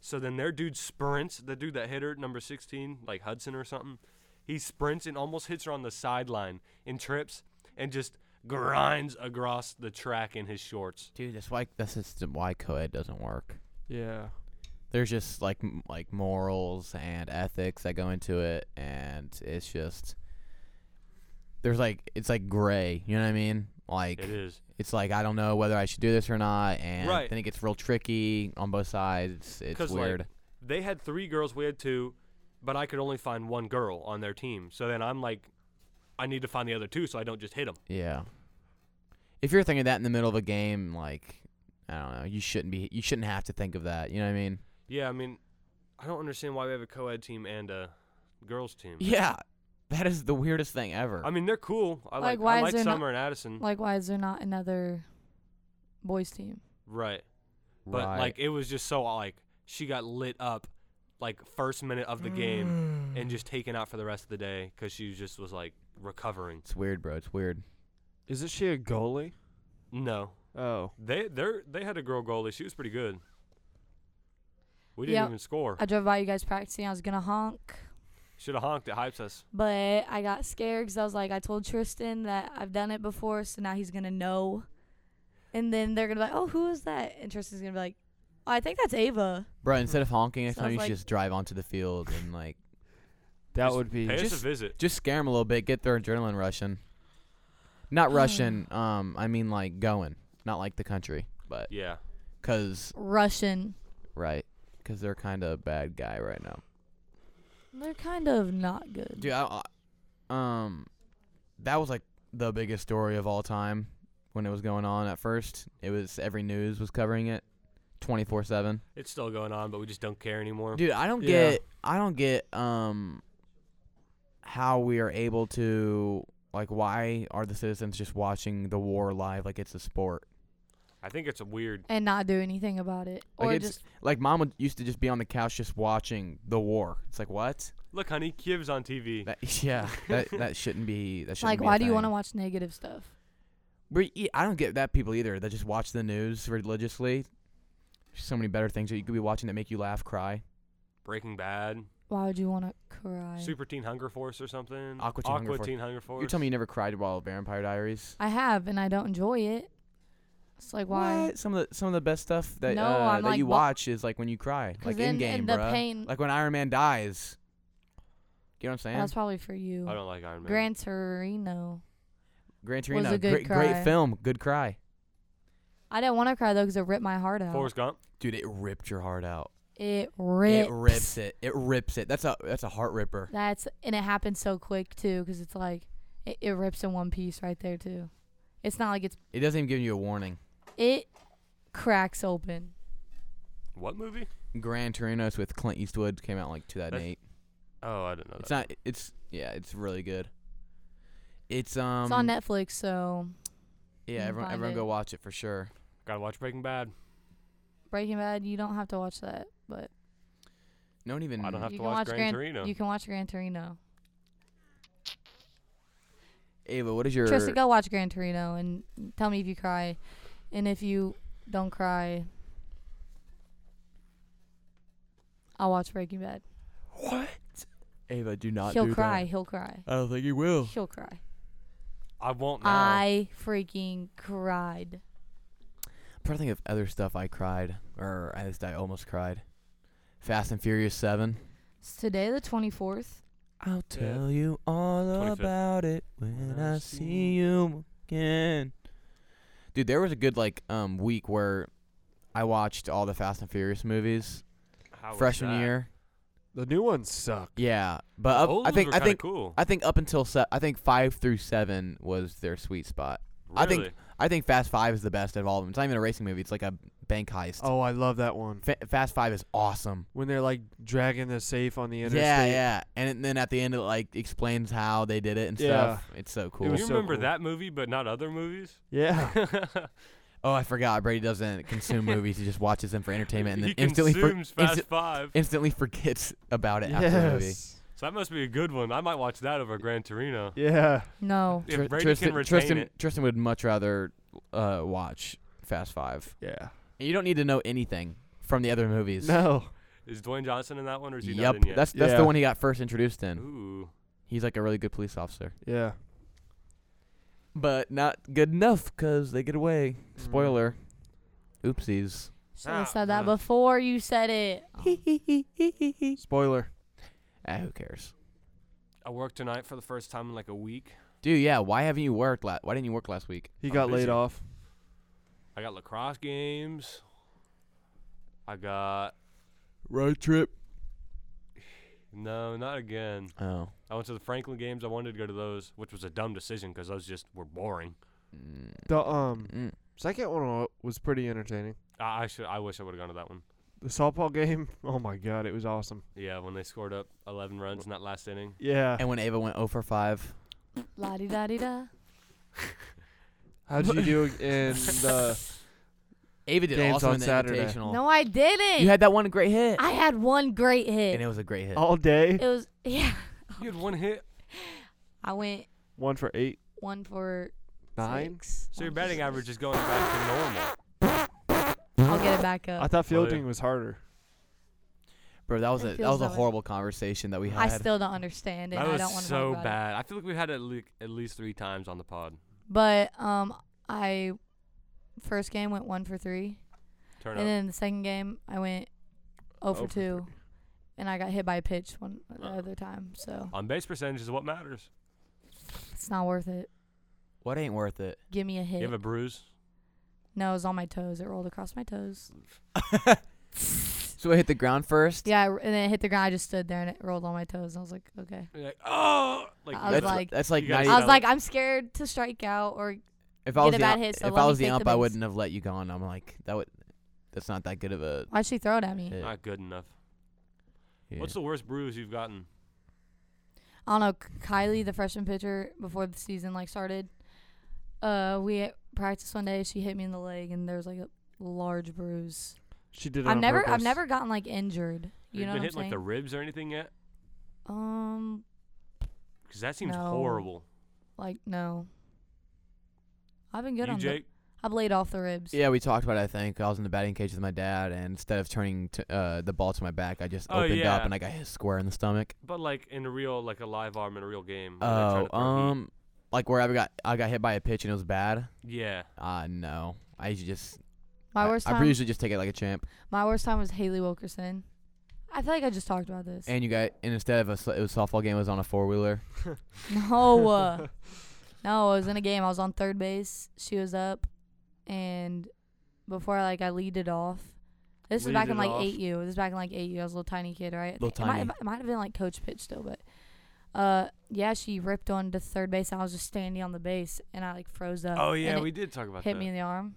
Speaker 2: So then their dude sprints. The dude that hit her, number sixteen, like Hudson or something, he sprints and almost hits her on the sideline and trips and just grinds across the track in his shorts.
Speaker 3: dude, that's why the system why co-ed doesn't work.
Speaker 5: Yeah.
Speaker 3: There's just like m- like morals and ethics that go into it, and it's just there's like it's like gray. You know what I mean? Like
Speaker 2: It is.
Speaker 3: it's like I don't know whether I should do this or not, and
Speaker 2: Right.
Speaker 3: then it gets real tricky on both sides. It's, it's
Speaker 2: 'Cause, like,
Speaker 3: weird.
Speaker 2: They had three girls, we had two, but I could only find one girl on their team. So then I'm like, I need to find the other two so I don't just hit them.
Speaker 3: Yeah. If you're thinking that in the middle of a game, like I don't know, you shouldn't be. You shouldn't have to think of that. You know what I mean?
Speaker 2: Yeah, I mean, I don't understand why we have a co ed team and a girls team.
Speaker 3: Yeah, that is the weirdest thing ever.
Speaker 2: I mean, they're cool. I like,
Speaker 4: Like, why
Speaker 2: I
Speaker 4: is
Speaker 2: like
Speaker 4: there not-
Speaker 2: Summer and Addison.
Speaker 4: like, why is there not another boys team?
Speaker 2: right. But
Speaker 3: Right.
Speaker 2: like, it was just so like, she got lit up like first minute of the game and just taken out for the rest of the day because she just was like recovering.
Speaker 3: it's weird, bro. It's weird.
Speaker 5: Isn't she a goalie?
Speaker 2: No.
Speaker 5: Oh.
Speaker 2: They they they had a girl goalie. She was pretty good. We didn't
Speaker 4: Yeah.
Speaker 2: even score.
Speaker 4: I drove by you guys practicing. I was gonna honk,
Speaker 2: Should have honked. It hypes us.
Speaker 4: but I got scared because I was like, I told Tristan that I've done it before, so now he's gonna know. And then they're gonna be like, oh, who is that? And Tristan's gonna be like, oh, I think that's Ava.
Speaker 3: Bro, instead of honking, next
Speaker 4: Sounds
Speaker 3: time you should
Speaker 4: like-
Speaker 3: just drive onto the field and like
Speaker 5: That
Speaker 2: Just
Speaker 5: would be
Speaker 2: Pay us
Speaker 3: just-
Speaker 2: a visit.
Speaker 3: just scare them a little bit, get their adrenaline rushing. Not rushing. um, I mean like going, not like the country, but
Speaker 2: Yeah.
Speaker 3: cause
Speaker 4: Russian.
Speaker 3: right, cause they're kind of a bad guy right now.
Speaker 4: They're kind of not good.
Speaker 3: Dude, I, I- um, that was like the biggest story of all time when it was going on. At first, it was every news was covering it, twenty four seven.
Speaker 2: It's still going on, but we just don't care anymore.
Speaker 3: Dude, I don't
Speaker 5: Yeah.
Speaker 3: get, I don't get, um, how we are able to like, why are the citizens just watching the war live like it's a sport?
Speaker 2: I think it's weird.
Speaker 4: And not do anything about it,
Speaker 3: Like,
Speaker 4: or
Speaker 3: it's-
Speaker 4: just
Speaker 3: Like, mom would, used to just be on the couch just watching the war. It's like what?
Speaker 2: Look, honey, Kiev's on TV.
Speaker 3: That, yeah, that that shouldn't be. That shouldn't
Speaker 4: like,
Speaker 3: be a
Speaker 4: why do you
Speaker 3: thing.
Speaker 4: want to watch negative stuff?
Speaker 3: But yeah, I don't get that people either that just watch the news religiously. There's so many better things that you could be watching that make you laugh, cry.
Speaker 2: Breaking Bad,
Speaker 4: Why would you want to cry?
Speaker 2: Super Teen Hunger Force or something.
Speaker 3: Aqua Teen Hunger Force.
Speaker 2: Teen Hunger Force.
Speaker 3: You tell me you never cried while Vampire Diaries.
Speaker 4: I have, and I don't enjoy it. It's like why?
Speaker 3: What? Some of the some of the best stuff that
Speaker 4: No,
Speaker 3: uh,
Speaker 4: I'm,
Speaker 3: that
Speaker 4: like,
Speaker 3: you
Speaker 4: bu-
Speaker 3: watch is like when you cry,
Speaker 4: 'Cause
Speaker 3: like
Speaker 4: then
Speaker 3: in game,
Speaker 4: end up
Speaker 3: bruh.
Speaker 4: paying-
Speaker 3: Like when Iron Man dies. You know what I'm saying?
Speaker 4: That's probably for you.
Speaker 2: I don't like Iron Man.
Speaker 4: Gran Torino.
Speaker 3: Gran Torino,
Speaker 4: a good
Speaker 3: great, great
Speaker 4: cry.
Speaker 3: film, good cry.
Speaker 4: I didn't want to cry though because it ripped my heart out.
Speaker 2: Forrest Gump.
Speaker 3: Dude, it ripped your heart out.
Speaker 4: It rips.
Speaker 3: It rips it. It rips it. That's a that's a heart ripper.
Speaker 4: That's and it happens so quick too because it's like it, it rips in one piece right there too. It's not like it's
Speaker 3: It doesn't even give you a warning.
Speaker 4: it cracks open.
Speaker 2: What movie?
Speaker 3: Gran Torino's with Clint Eastwood came out in like 2008.
Speaker 2: Oh, I didn't know
Speaker 3: It's
Speaker 2: that.
Speaker 3: not. It's yeah. It's really good. It's um.
Speaker 4: it's on Netflix, so You
Speaker 3: Yeah,
Speaker 4: can
Speaker 3: everyone,
Speaker 4: find
Speaker 3: everyone
Speaker 4: it.
Speaker 3: go watch it for sure.
Speaker 2: Gotta watch Breaking Bad.
Speaker 4: Breaking Bad. You don't have to watch that, but
Speaker 3: No one even.
Speaker 2: I don't have
Speaker 4: you
Speaker 2: to
Speaker 4: can
Speaker 2: watch
Speaker 4: watch
Speaker 2: Gran
Speaker 4: Gran-
Speaker 2: Torino.
Speaker 4: you can watch Gran Torino.
Speaker 3: Ava, what is your?
Speaker 4: Trista, go watch Gran Torino and tell me if you cry, and if you don't cry, I'll watch Breaking Bad.
Speaker 3: What? Ava, do not.
Speaker 4: he'll
Speaker 3: do
Speaker 4: cry.
Speaker 3: That. Oh.
Speaker 4: He'll cry.
Speaker 3: I don't think you will.
Speaker 4: He'll cry.
Speaker 2: I won't now.
Speaker 4: I freaking cried.
Speaker 3: trying to think of other stuff I cried, or at least I almost cried. Fast and Furious Seven.
Speaker 4: It's today the 24th.
Speaker 3: I'll
Speaker 2: Yeah.
Speaker 3: tell you all
Speaker 2: 25th.
Speaker 3: about it when I see you again. Dude, there was a good like um week where I watched all the Fast and Furious movies
Speaker 2: How was
Speaker 3: freshman
Speaker 2: that?
Speaker 3: year.
Speaker 5: The new ones suck.
Speaker 3: Yeah, but up,
Speaker 2: Old
Speaker 3: I
Speaker 2: ones
Speaker 3: think
Speaker 2: were
Speaker 3: I
Speaker 2: kinda
Speaker 3: think
Speaker 2: cool.
Speaker 3: I think up until se- I think five through seven was their sweet spot. I think-
Speaker 2: Really?
Speaker 3: I think Fast Five is the best of all of them. It's not even a racing movie. It's like a bank heist.
Speaker 5: Oh, I love that one.
Speaker 3: Fa- Fast Five is awesome.
Speaker 5: When they're like dragging the safe on the interstate.
Speaker 3: Yeah, yeah. And then at the end, it like explains how they did it and
Speaker 5: Yeah.
Speaker 3: stuff. It's so
Speaker 5: It
Speaker 3: cool.
Speaker 5: was
Speaker 2: you
Speaker 5: so
Speaker 2: remember
Speaker 5: cool.
Speaker 2: that movie, but not other movies.
Speaker 5: Yeah.
Speaker 3: oh, I forgot. Brady doesn't consume movies. He just watches them for entertainment and then
Speaker 2: he
Speaker 3: instantly for-
Speaker 2: consumes Fast
Speaker 3: insta-
Speaker 2: Five.
Speaker 3: instantly forgets about it after the movie.
Speaker 5: yes.
Speaker 2: So that must be a good one. I might watch that over Gran Torino.
Speaker 5: Yeah.
Speaker 4: No.
Speaker 2: If
Speaker 3: Tr-
Speaker 2: Brady
Speaker 3: Tristan,
Speaker 2: can retain
Speaker 3: Tristan,
Speaker 2: it.
Speaker 3: Tristan would much rather uh, watch Fast Five.
Speaker 5: Yeah.
Speaker 3: And you don't need to know anything from the other movies.
Speaker 5: No.
Speaker 2: Is Dwayne Johnson in that one, or is he not
Speaker 3: Yep,
Speaker 2: in yet?
Speaker 3: that's that's
Speaker 5: Yeah.
Speaker 3: the one he got first introduced in.
Speaker 2: Ooh,
Speaker 3: He's like a really good police officer,
Speaker 5: Yeah.
Speaker 3: but not good enough because they get away.
Speaker 2: Hmm.
Speaker 3: Spoiler, oopsies.
Speaker 4: Should have
Speaker 2: Ah,
Speaker 4: said that
Speaker 2: mm.
Speaker 4: before you said it.
Speaker 5: Spoiler.
Speaker 3: Ah, who cares,
Speaker 2: I worked tonight for the first time in like a week.
Speaker 3: dude? Yeah, why haven't you worked? La- why didn't you work last week?
Speaker 5: He
Speaker 2: I'm
Speaker 5: got laid
Speaker 2: busy.
Speaker 5: off.
Speaker 2: I got lacrosse games. I got
Speaker 5: Road trip.
Speaker 2: no, not again.
Speaker 3: Oh,
Speaker 2: I went to the Franklin games. I wanted to go to those, which was a dumb decision because those just were boring.
Speaker 3: Mm,
Speaker 5: The um
Speaker 3: mm.
Speaker 5: second one wa- was pretty entertaining.
Speaker 2: I, I should. I wish I would have gone to that one.
Speaker 5: The softball game. Oh my god, it was awesome.
Speaker 2: Yeah, when they scored up 11 runs in that last inning.
Speaker 5: Yeah.
Speaker 3: and when Ava went 0 for five,
Speaker 4: La di da di da.
Speaker 5: How did you do in the?
Speaker 3: Ava did
Speaker 5: Games
Speaker 3: also
Speaker 5: on
Speaker 3: in the
Speaker 5: Saturday.
Speaker 3: Invitational.
Speaker 4: No, I didn't.
Speaker 3: Oh. you had that one great hit, Oh.
Speaker 4: I had one great hit.
Speaker 3: and it was a great hit.
Speaker 5: All day.
Speaker 4: it was yeah.
Speaker 2: You had one hit.
Speaker 4: I went
Speaker 5: One for eight.
Speaker 4: one for
Speaker 5: Nine.
Speaker 4: six.
Speaker 2: So your
Speaker 4: One for
Speaker 2: batting
Speaker 4: six.
Speaker 2: average is going back to normal.
Speaker 4: I'll get it back
Speaker 5: I
Speaker 4: up.
Speaker 5: thought
Speaker 2: Well, yeah.
Speaker 5: fielding was harder.
Speaker 3: Bro, that was
Speaker 4: It
Speaker 3: a that
Speaker 4: feels
Speaker 3: was a
Speaker 4: that way.
Speaker 3: horrible conversation that we
Speaker 4: I
Speaker 3: had.
Speaker 4: still don't understand it.
Speaker 2: That
Speaker 4: and I
Speaker 2: was
Speaker 4: don't want to
Speaker 2: so
Speaker 4: talk about It.
Speaker 2: bad. I feel like we've had it at least, at least three times on the pod.
Speaker 4: But um, I first game went one for three,
Speaker 2: Turn
Speaker 4: and
Speaker 2: up.
Speaker 4: then the second game I went oh
Speaker 5: Oh
Speaker 4: for
Speaker 5: for
Speaker 4: two, and I got hit by a pitch one the
Speaker 2: Oh.
Speaker 4: other time. So
Speaker 2: On base percentage is what matters.
Speaker 4: it's not worth it.
Speaker 3: what ain't worth it?
Speaker 4: Give me a hit.
Speaker 2: You have a bruise.
Speaker 4: no, it was on my toes. It rolled across my toes.
Speaker 3: so it hit the ground first.
Speaker 4: Yeah, I- and then it hit the ground. I just stood there and it rolled on my toes. And I was like, okay.
Speaker 2: You're like, oh, like
Speaker 4: I was
Speaker 3: that's
Speaker 2: that's-
Speaker 4: like-
Speaker 3: that's like
Speaker 2: You guys-
Speaker 3: ninety.
Speaker 4: I was
Speaker 2: know-
Speaker 4: like, I'm scared to strike out or
Speaker 3: if
Speaker 4: get
Speaker 3: I was
Speaker 4: a
Speaker 3: the
Speaker 4: bad
Speaker 3: ump-
Speaker 4: hit, so
Speaker 3: if
Speaker 4: let
Speaker 3: I
Speaker 4: me
Speaker 3: was the
Speaker 4: take the
Speaker 3: ump, I
Speaker 4: base.
Speaker 3: wouldn't have let you go on. I'm like that would that's not that good of a.
Speaker 4: why'd she throw it at me?
Speaker 3: hit.
Speaker 2: not good enough.
Speaker 3: Yeah.
Speaker 2: What's the worst bruise you've gotten?
Speaker 4: I don't know. K- Kylie, the freshman pitcher, before the season like started, uh, we at practice one day. She hit me in the leg, and there was like a large bruise.
Speaker 5: She did it
Speaker 4: I've
Speaker 5: on
Speaker 4: never, I've
Speaker 5: purpose.
Speaker 4: never gotten like injured. You
Speaker 2: You've been
Speaker 4: know what I'm
Speaker 2: hitting
Speaker 4: saying?
Speaker 2: like the ribs or anything yet?
Speaker 4: um,
Speaker 2: Because that seems
Speaker 4: No.
Speaker 2: horrible.
Speaker 4: like no. I've been good
Speaker 2: you,
Speaker 4: on. The,
Speaker 2: Jake,
Speaker 4: I've laid off the ribs.
Speaker 3: Yeah, we talked about it, I think. I was in the batting cage with my dad, and instead of turning to, uh, the ball to my back, I just
Speaker 2: Oh,
Speaker 3: opened up
Speaker 2: yeah.
Speaker 3: and I got hit square in the stomach.
Speaker 2: but like in a real, like a live arm in a real game. where they're trying
Speaker 3: Oh,
Speaker 2: to throw heat.
Speaker 3: um, like where I got I got hit by a pitch and it was bad.
Speaker 2: yeah.
Speaker 3: Uh no, I usually just
Speaker 4: My
Speaker 3: I,
Speaker 4: worst
Speaker 3: I
Speaker 4: time.
Speaker 3: usually just take it like a champ.
Speaker 4: my worst time was Haley Wilkerson. I feel like I just talked about this.
Speaker 3: And you got and instead of a s- it was softball game, it was on a four wheeler.
Speaker 4: No. uh, no, I was in a game. I was on third base. She was up, and before like I lead it off. This was
Speaker 5: Lead
Speaker 4: back
Speaker 5: it
Speaker 4: in like
Speaker 5: off.
Speaker 4: eight U. This was back in like eight U. I was a little tiny kid, right?
Speaker 3: Little
Speaker 4: It might- It
Speaker 3: tiny.
Speaker 4: might, have been like coach pitch still, but uh, yeah, she ripped on to third base. I was just standing on the base, and I like froze up.
Speaker 2: Oh
Speaker 4: Uh, and
Speaker 2: yeah,
Speaker 4: it
Speaker 2: we did talk about
Speaker 4: hit
Speaker 2: that.
Speaker 4: me in the arm.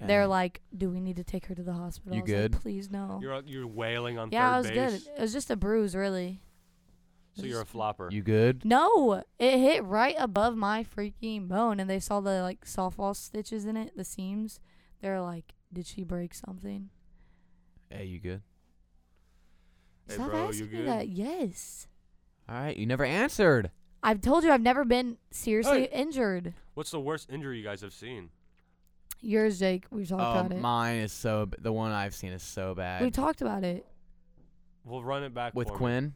Speaker 4: They're like, "Do we need to take her to the hospital?" I
Speaker 3: You
Speaker 4: was like,
Speaker 3: good?
Speaker 4: Please no.
Speaker 2: you're out- you're wailing on
Speaker 4: yeah, I was
Speaker 2: third base.
Speaker 4: good. It was just a bruise, really.
Speaker 2: So you're a flopper.
Speaker 3: you good?
Speaker 4: No, it hit right above my freaking bone, and they saw the like softball stitches in it, the seams. They're like, "Did she break something?"
Speaker 3: Hey, you good?
Speaker 2: Hey,
Speaker 4: Stop
Speaker 2: bro, you
Speaker 4: asking me
Speaker 2: good?
Speaker 4: that. Yes,
Speaker 3: All right, you never answered.
Speaker 4: I've told you I've never been seriously injured.
Speaker 2: What's the worst injury you guys have seen?
Speaker 4: Yours, Jake. We've talked
Speaker 3: Oh,
Speaker 4: about it.
Speaker 3: mine is so b- the one I've seen is so bad.
Speaker 4: We've talked about it
Speaker 2: We'll run it back
Speaker 3: with
Speaker 2: for me.
Speaker 3: Quinn.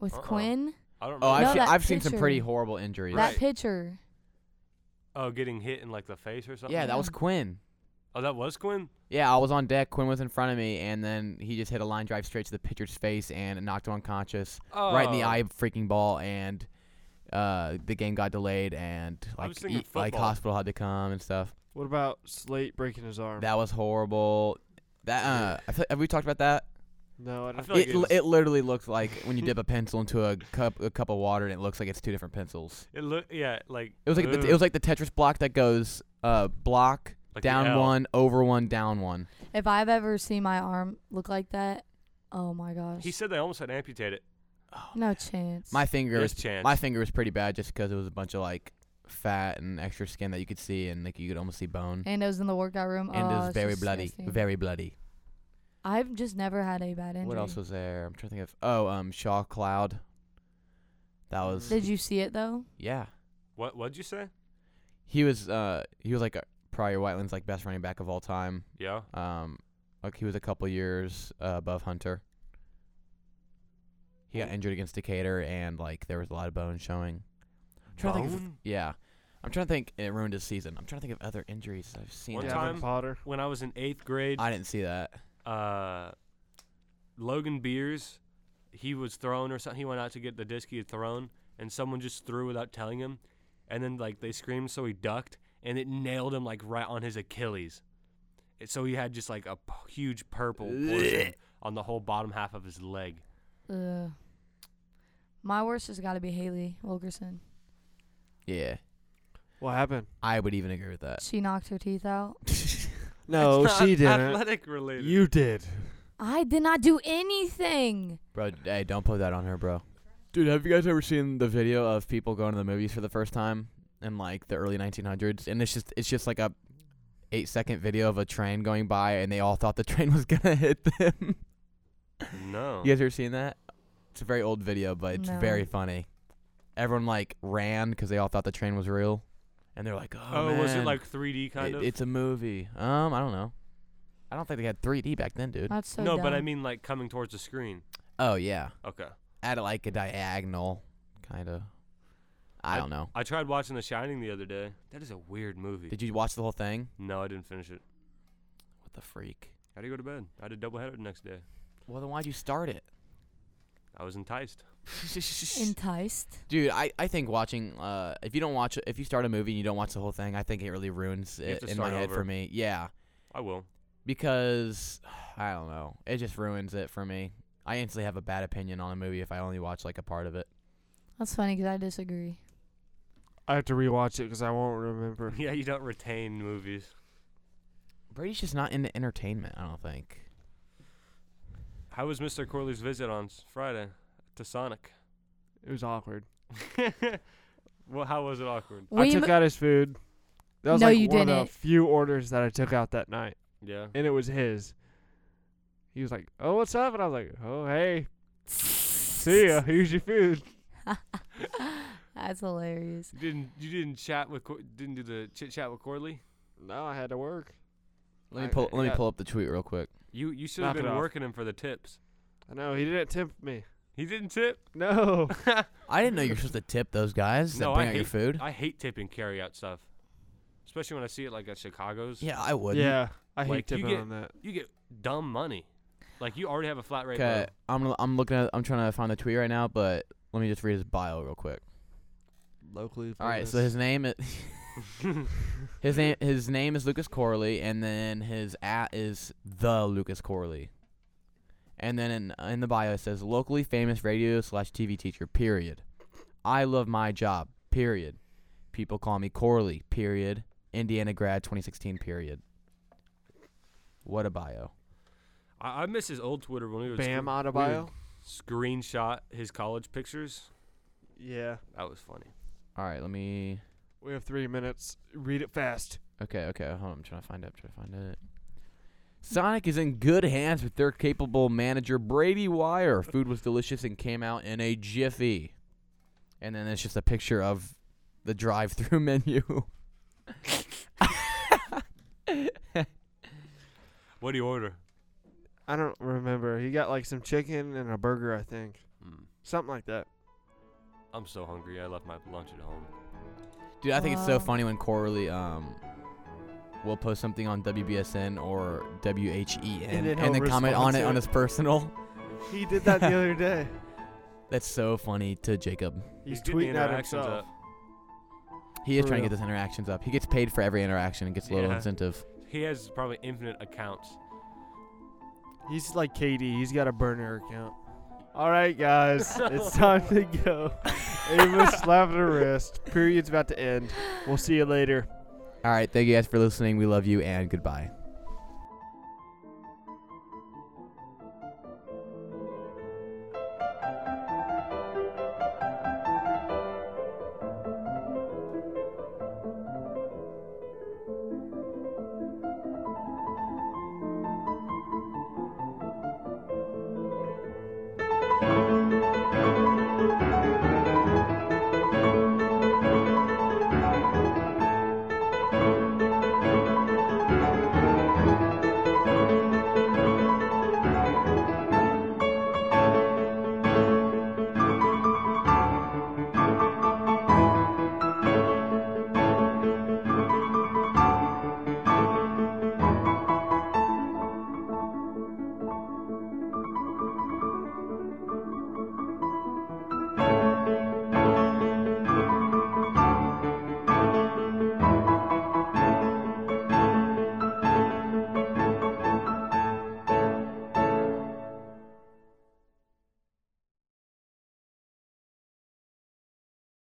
Speaker 4: with
Speaker 2: Uh-uh.
Speaker 4: Quinn,
Speaker 2: I don't.
Speaker 3: Oh, I've
Speaker 4: No,
Speaker 3: seen,
Speaker 4: that
Speaker 3: Oh, I've seen some pretty
Speaker 4: pitcher.
Speaker 3: horrible injuries.
Speaker 4: that
Speaker 2: Right.
Speaker 4: pitcher.
Speaker 2: Oh, getting hit in like the face or something.
Speaker 3: Yeah, that was
Speaker 4: Yeah.
Speaker 3: Quinn.
Speaker 2: Oh, that was Quinn.
Speaker 3: Yeah, I was on deck. Quinn was in front of me, and then he just hit a line drive straight to the pitcher's face and knocked him unconscious,
Speaker 2: Oh.
Speaker 3: right in the eye, freaking ball, and uh, the game got delayed, and
Speaker 2: I
Speaker 3: like e,
Speaker 2: was thinking
Speaker 3: like
Speaker 2: football.
Speaker 3: hospital had to come and stuff.
Speaker 5: What about Slate breaking his arm?
Speaker 3: That was horrible. That uh, I feel, have we talked about that?
Speaker 5: no, I don't.
Speaker 2: I feel like
Speaker 3: It,
Speaker 2: it,
Speaker 3: l-
Speaker 2: was-
Speaker 3: it literally looks like when you dip a pencil into a cup a cup of water, and it looks like it's two different pencils.
Speaker 2: it looked yeah like
Speaker 3: It was like the, it was like the Tetris block that goes uh block
Speaker 2: Like the
Speaker 3: down
Speaker 2: L.
Speaker 3: one over one down one.
Speaker 4: If I've ever seen my arm look like that, oh my gosh.
Speaker 2: He said they almost had to amputate it.
Speaker 4: no chance.
Speaker 3: My finger
Speaker 2: There's
Speaker 3: was
Speaker 2: chance.
Speaker 3: my finger was pretty bad just because it was a bunch of like fat and extra skin that you could see and like you could almost see bone.
Speaker 4: and it was in the workout room.
Speaker 3: And it
Speaker 4: oh,
Speaker 3: was
Speaker 4: it's
Speaker 3: very
Speaker 4: just
Speaker 3: bloody,
Speaker 4: disgusting.
Speaker 3: very bloody.
Speaker 4: I've just never had a bad injury.
Speaker 3: What else was there? I'm trying to think of. Oh, um, Shaw Cloud. That was
Speaker 4: Did you see it though?
Speaker 3: yeah.
Speaker 2: What what'd you say?
Speaker 3: He was uh he was like a, probably Whiteland's like best running back of all time.
Speaker 2: Yeah.
Speaker 3: Um, like he was a couple years uh, above Hunter. He got
Speaker 2: Who?
Speaker 3: injured against Decatur, and like there was a lot of bone showing. I'm trying to think. Of, yeah, I'm trying to think. It ruined his season. I'm trying to think of other injuries I've seen.
Speaker 2: One
Speaker 3: that-
Speaker 5: Gavin
Speaker 2: time-
Speaker 5: Potter.
Speaker 2: When I was in eighth grade,
Speaker 3: I didn't see that.
Speaker 2: uh, Logan Beers, he was thrown or something. He went out to get the disc he had thrown, and someone just threw without telling him. And then like they screamed, so he ducked, and it nailed him like right on his Achilles. And so he had just like a p- huge purple portion on the whole bottom half of his leg.
Speaker 4: Ugh. My worst has got to be Haley Wilkerson.
Speaker 3: Yeah,
Speaker 5: What happened?
Speaker 3: I would even agree with
Speaker 5: Uh,
Speaker 3: that.
Speaker 4: She knocked her teeth out.
Speaker 5: No,
Speaker 2: It's not
Speaker 5: she didn't.
Speaker 2: Athletic related.
Speaker 5: You did.
Speaker 4: I did not do anything.
Speaker 3: Bro, hey, don't put that on her, bro. Dude, have you guys ever seen the video of people going to the movies for the first time in like the early 1900s? And it's just it's just like a eight second video of a train going by, and they all thought the train was gonna hit them.
Speaker 2: no.
Speaker 3: You guys ever seen that? It's a very old video, but it's
Speaker 4: No.
Speaker 3: very funny. Everyone like ran because they all thought the train was real, and they're like, "Oh,
Speaker 2: Oh, was it
Speaker 3: man,
Speaker 2: like 3D kind
Speaker 3: it-
Speaker 2: of?
Speaker 3: It's a movie." Um, I don't know. I don't think they had 3D back then, dude.
Speaker 4: That's so
Speaker 2: no, but I
Speaker 4: dumb.
Speaker 2: mean like coming towards the screen.
Speaker 3: oh yeah,
Speaker 2: Okay.
Speaker 3: at like a diagonal, kind of. I, don't know.
Speaker 2: I tried watching The Shining the other day. That is a weird movie.
Speaker 3: Did you watch the whole thing?
Speaker 2: no, I didn't finish it.
Speaker 3: What the freak?
Speaker 2: How do you go to bed? I did double headed the next day.
Speaker 3: Well, then why'd you start it?
Speaker 2: I was enticed.
Speaker 4: enticed.
Speaker 3: Dude, I, I think watching uh if you don't watch if you start a movie and you don't watch the whole thing, I think it really ruins
Speaker 2: have
Speaker 3: it
Speaker 2: to
Speaker 3: in my
Speaker 2: start
Speaker 3: head for
Speaker 2: over.
Speaker 3: me. Yeah.
Speaker 2: I will.
Speaker 3: because I don't know. It just ruins it for me. I instantly have a bad opinion on a movie if I only watch like a part of it.
Speaker 4: That's funny because I disagree.
Speaker 5: I have to rewatch it because I won't remember.
Speaker 2: Yeah, you don't retain movies.
Speaker 3: Brady's just not into entertainment. I don't think.
Speaker 2: How was Mr. Corley's visit on s- Friday to Sonic?
Speaker 5: It was awkward.
Speaker 2: well, how was it awkward?
Speaker 5: I
Speaker 4: We
Speaker 5: took
Speaker 4: mo-
Speaker 5: out his food. That was
Speaker 4: No,
Speaker 5: like
Speaker 4: you
Speaker 5: one of
Speaker 4: didn't.
Speaker 5: the few orders that I took out that night,
Speaker 2: Yeah.
Speaker 5: and it was his. He was like, "Oh, what's up?" And I was like, "Oh, hey, see ya. Here's your food."
Speaker 4: That's hilarious.
Speaker 2: You didn't you didn't chat with Cor- didn't do the chit chat with Corley?
Speaker 5: No, I had to work.
Speaker 3: Let me
Speaker 5: I-
Speaker 3: pull. let me
Speaker 5: yeah.
Speaker 3: pull up the tweet real quick.
Speaker 2: You you should have
Speaker 5: Knock it
Speaker 2: been
Speaker 5: off.
Speaker 2: working him for the tips.
Speaker 5: I know he didn't tip me.
Speaker 2: He didn't tip.
Speaker 5: No,
Speaker 3: I didn't know you're supposed to tip those guys
Speaker 2: No,
Speaker 3: that bring
Speaker 2: I
Speaker 3: out your
Speaker 2: hate-
Speaker 3: food.
Speaker 2: I hate tipping carry out stuff, especially when I see it like at Chicago's.
Speaker 3: yeah, I would.
Speaker 5: yeah, I hate
Speaker 2: Like, you
Speaker 5: tipping
Speaker 2: get-
Speaker 5: on that.
Speaker 2: You get dumb money. Like you already have a flat rate. bill.
Speaker 3: Okay. I'm. I'm looking at. I'm trying to find the tweet right now, but let me just read his bio real quick.
Speaker 5: Locally,
Speaker 3: All right. So his name is. his name. His name is Lucas Corley, and then his at is the Lucas Corley. And then in, uh, in the bio it says locally famous radio slash TV teacher. Period. I love my job. Period. People call me Corley. Period. Indiana grad 2016. Period. What a bio.
Speaker 2: I, I miss his old Twitter when he was
Speaker 5: Bam
Speaker 2: scre-
Speaker 5: Adebayo.
Speaker 2: we would screenshot his college pictures.
Speaker 5: Yeah,
Speaker 2: That was funny.
Speaker 3: All right. Let me.
Speaker 5: we have three minutes. Read it fast.
Speaker 3: Okay, okay, hold on. I'm trying to find it. I'm trying to find it. Sonic is in good hands with their capable manager, Brady Wire. Food was delicious and came out in a jiffy. And then it's just a picture of the drive through menu.
Speaker 2: What do you order?
Speaker 5: I don't remember. He got like some chicken and a burger, I think,
Speaker 2: Mm.
Speaker 5: something like that.
Speaker 2: I'm so hungry. I left my lunch at home.
Speaker 3: Dude, I think it's so
Speaker 4: Wow.
Speaker 3: funny when Corley um will post something on WBSN or
Speaker 5: And
Speaker 3: WHEN and
Speaker 5: then
Speaker 3: then,
Speaker 5: he'll
Speaker 3: comment
Speaker 5: respond
Speaker 3: on it
Speaker 5: to
Speaker 3: on
Speaker 5: it.
Speaker 3: his personal.
Speaker 5: He did that the other day.
Speaker 3: That's so funny to Jacob.
Speaker 5: He's,
Speaker 2: getting the
Speaker 5: tweeting at
Speaker 2: interactions
Speaker 5: himself.
Speaker 2: up.
Speaker 3: He is
Speaker 5: For
Speaker 3: trying to
Speaker 5: real.
Speaker 3: get those interactions up. He gets paid for every interaction and gets a little
Speaker 2: Yeah.
Speaker 3: incentive.
Speaker 2: He has probably infinite accounts.
Speaker 5: He's like KD. He's got a burner account. All right, guys, it's time to go. Ava slapped her wrist. Period's about to end. We'll see you later.
Speaker 3: All right, thank you guys for listening. We love you and goodbye.